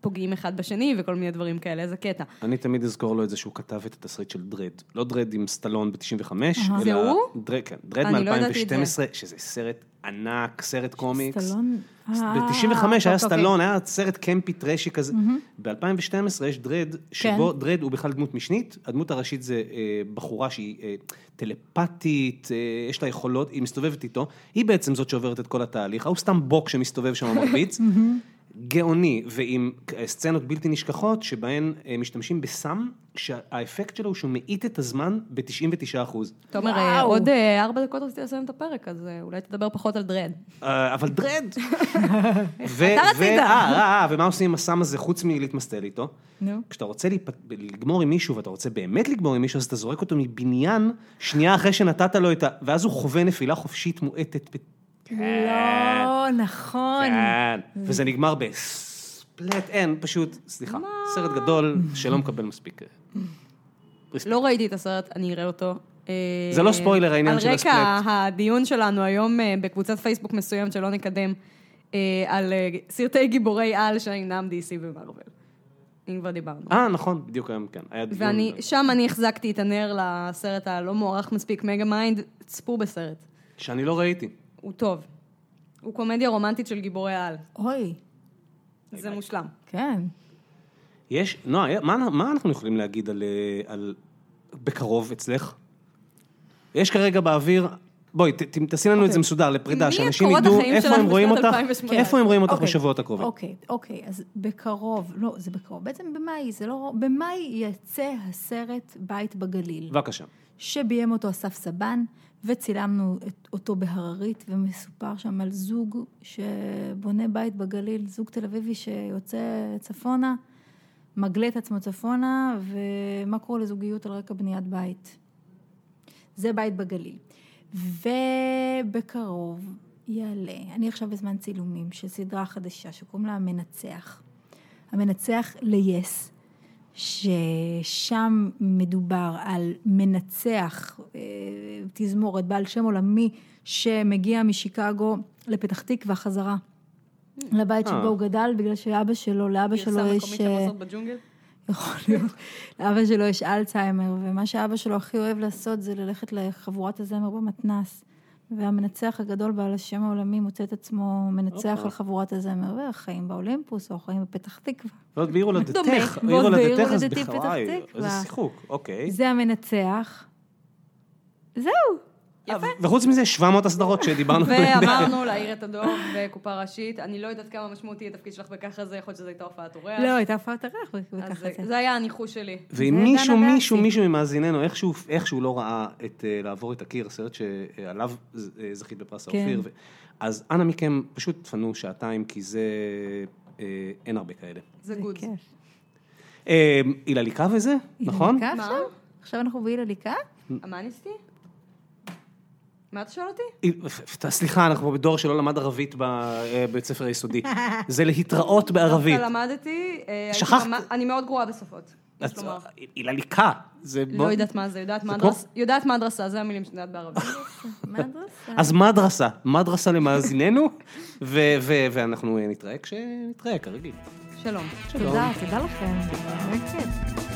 Speaker 1: פוגעים אחד בשני וכל מיני דברים כאלה, איזה קטע.
Speaker 2: אני תמיד אזכור לו את זה שהוא כתב את התסריט של דרד. לא דרד עם סטלון ב-95, אלא...
Speaker 1: זה הוא?
Speaker 2: דרד, כן, דרד
Speaker 1: אני לא ידעתי את
Speaker 2: מ-2012, שזה סרט ענק, סרט קומיקס.
Speaker 3: סטלון? אה,
Speaker 2: ב-95
Speaker 3: אוקיי,
Speaker 2: היה סטלון, היה סרט קמפי טרשי כזה. ב-2012 יש דרד, שבו דרד הוא בכלל דמות משנית, הדמות הראשית זה אה, בחורה שהיא אה, טלפתית, אה, יש לה יכולות, היא מסתובבת איתו, היא בעצם זאת שעוברת את כל התהליך, ההוא סתם בוק שמסתובב שם מרביץ. גאוני, ועם סצנות בלתי נשכחות שבהן אה, משתמשים בסם, שהאפקט שלו הוא שהוא מאיט את הזמן ב-99%.
Speaker 1: תומר,
Speaker 3: וואו.
Speaker 1: אה, עוד אה, ארבע דקות רציתי לסיים את הפרק, אז אה, אולי תדבר פחות על דרד.
Speaker 2: אה, אבל דרד. ו-
Speaker 1: אתה
Speaker 2: ו-
Speaker 1: רצית.
Speaker 2: אה, אה, אה, ומה עושים עם הסם הזה חוץ מלהתמסטל איתו?
Speaker 3: נו.
Speaker 2: כשאתה רוצה להיפ- לגמור עם מישהו, ואתה רוצה באמת לגמור עם מישהו, אז אתה זורק אותו מבניין, שנייה אחרי שנתת לו את ה... ואז הוא חווה נפילה חופשית מועטת. ב-
Speaker 3: לא, נכון.
Speaker 2: אה, כן. וזה נגמר בספלט, אין, פשוט, סליחה, סרט גדול שלא מקבל מספיק.
Speaker 1: לא ראיתי את הסרט, אני אראה אותו. אה,
Speaker 2: זה לא ספוילר, העניין של הספלט.
Speaker 1: על רקע הדיון שלנו היום אה, בקבוצת פייסבוק מסוימת שלא נקדם, אה, על אה, סרטי גיבורי על שאינם DC ומרוויל. אם כבר דיברנו.
Speaker 2: אה, נכון, בדיוק היום, כן. היה דיון.
Speaker 1: ואני, שם אני החזקתי את הנר לסרט הלא מוערך מספיק, מגה מיינד, צפו בסרט.
Speaker 2: שאני לא ראיתי.
Speaker 1: הוא טוב. הוא קומדיה רומנטית של גיבורי על.
Speaker 3: אוי,
Speaker 1: זה מושלם.
Speaker 3: כן.
Speaker 2: יש, נועה, אה, מה, מה אנחנו יכולים להגיד על, אה, על בקרוב אצלך? יש כרגע באוויר, בואי, ת, ת, תעשי לנו
Speaker 3: אוקיי.
Speaker 2: את זה מסודר לפרידה,
Speaker 1: מי
Speaker 2: שאנשים
Speaker 1: הקורות
Speaker 2: ידעו
Speaker 1: החיים
Speaker 2: איפה
Speaker 1: שלנו
Speaker 2: הם רואים
Speaker 1: בשנת
Speaker 2: אותך,
Speaker 1: 2018?
Speaker 2: איפה הם רואים אותך
Speaker 3: אוקיי.
Speaker 2: בשבועות הקרובים.
Speaker 3: אוקיי, אוקיי, אז בקרוב, לא, זה בקרוב. בעצם במאי, זה לא... במאי יצא הסרט בית בגליל,
Speaker 2: בבקשה.
Speaker 3: שביים אותו אסף סבן, וצילמנו את, אותו בהררית, ומסופר שם על זוג שבונה בית בגליל, זוג תל אביבי שיוצא צפונה, מגלה את עצמו צפונה, ומה קורה לזוגיות על רקע בניית בית. זה בית בגליל. ובקרוב יעלה, אני עכשיו בזמן צילומים של סדרה חדשה שקוראים לה המנצח. המנצח ל-yes, ששם מדובר על מנצח, אה, תזמורת, בעל שם עולמי, שמגיע משיקגו לפתח תקווה חזרה. לבית
Speaker 2: אה.
Speaker 3: שבו הוא גדל, בגלל שאבא שלו, לאבא שלו
Speaker 1: גרסה
Speaker 3: יש...
Speaker 1: מקומית
Speaker 3: אה,
Speaker 1: למסות בג'ונגל?
Speaker 3: יכול להיות. נכון, לאבא שלו יש אלצהיימר, ומה שאבא שלו הכי אוהב לעשות זה ללכת לחבורת הזמר במתנס. והמנצח הגדול בעל השם העולמי מוצא את עצמו מנצח
Speaker 2: הופה.
Speaker 3: על חבורת הזמר, והחיים באולימפוס או החיים בפתח תקווה.
Speaker 2: ועוד בעיר הולדתך,
Speaker 1: דומה.
Speaker 2: בעיר
Speaker 3: ועוד בעיר
Speaker 2: הולדתך, אז
Speaker 3: הולדתי פתח
Speaker 2: בכלל, אה,
Speaker 3: תקווה.
Speaker 2: איזה שיחוק, אוקיי.
Speaker 3: זה המנצח. זהו.
Speaker 2: וחוץ מזה, 700 הסדרות
Speaker 3: לא
Speaker 2: שדיברנו עליהן.
Speaker 1: ואמרנו להעיר את הדור בקופה ראשית. אני לא יודעת כמה משמעותי התפקיד שלך בככה זה, יכול להיות שזו הייתה הופעת אורח.
Speaker 3: לא, הייתה הפרעת הריח
Speaker 1: אז
Speaker 3: וככה
Speaker 1: אה. זה-
Speaker 3: זה.
Speaker 1: זה היה הניחוש שלי.
Speaker 2: ואם
Speaker 3: זה
Speaker 2: מישהו,
Speaker 3: דנה
Speaker 2: מישהו,
Speaker 3: דסי.
Speaker 2: מישהו ממאזיננו, איכשהו, איכשהו לא ראה את אה, לעבור את הקיר, סרט שעליו ז- אה, זכית בפרס
Speaker 3: כן.
Speaker 2: האופיר, ו- אז אנא מכם, פשוט תפנו שעתיים, כי זה... אה, אין הרבה כאלה.
Speaker 1: זה גוד.
Speaker 3: כיף.
Speaker 2: אה, הילליקה וזה, נכון?
Speaker 3: הילליקה
Speaker 1: מה?
Speaker 3: עכשיו? עכשיו אנחנו בהילליקה?
Speaker 1: המאניסטי? מה אתה שואל אותי?
Speaker 2: היל- ת- סליחה, אנחנו בדור שלא למד ערבית ב- אה, בבית ספר היסודי. זה
Speaker 1: לא
Speaker 2: להתראות בערבית.
Speaker 1: דווקא למדתי, אה, הייתי
Speaker 2: שכחת.
Speaker 1: ממש- אני מאוד גרועה בשפות. יש
Speaker 2: את-
Speaker 1: לומר.
Speaker 2: הילליקה. אה, זה
Speaker 1: לא
Speaker 2: בוא-
Speaker 1: יודעת מה זה, יודעת מה
Speaker 2: כמו-
Speaker 1: הדרסה, יודעת מה הדרסה, זה המילים שאני יודעת בערבית.
Speaker 3: מה את עושה?
Speaker 2: אז מדרסה, מדרסה למאזיננו, ו- ו- ואנחנו אה, נתראה כשנתראה, כרגיל.
Speaker 1: שלום.
Speaker 3: תודה, תודה לכם. באמת כיף.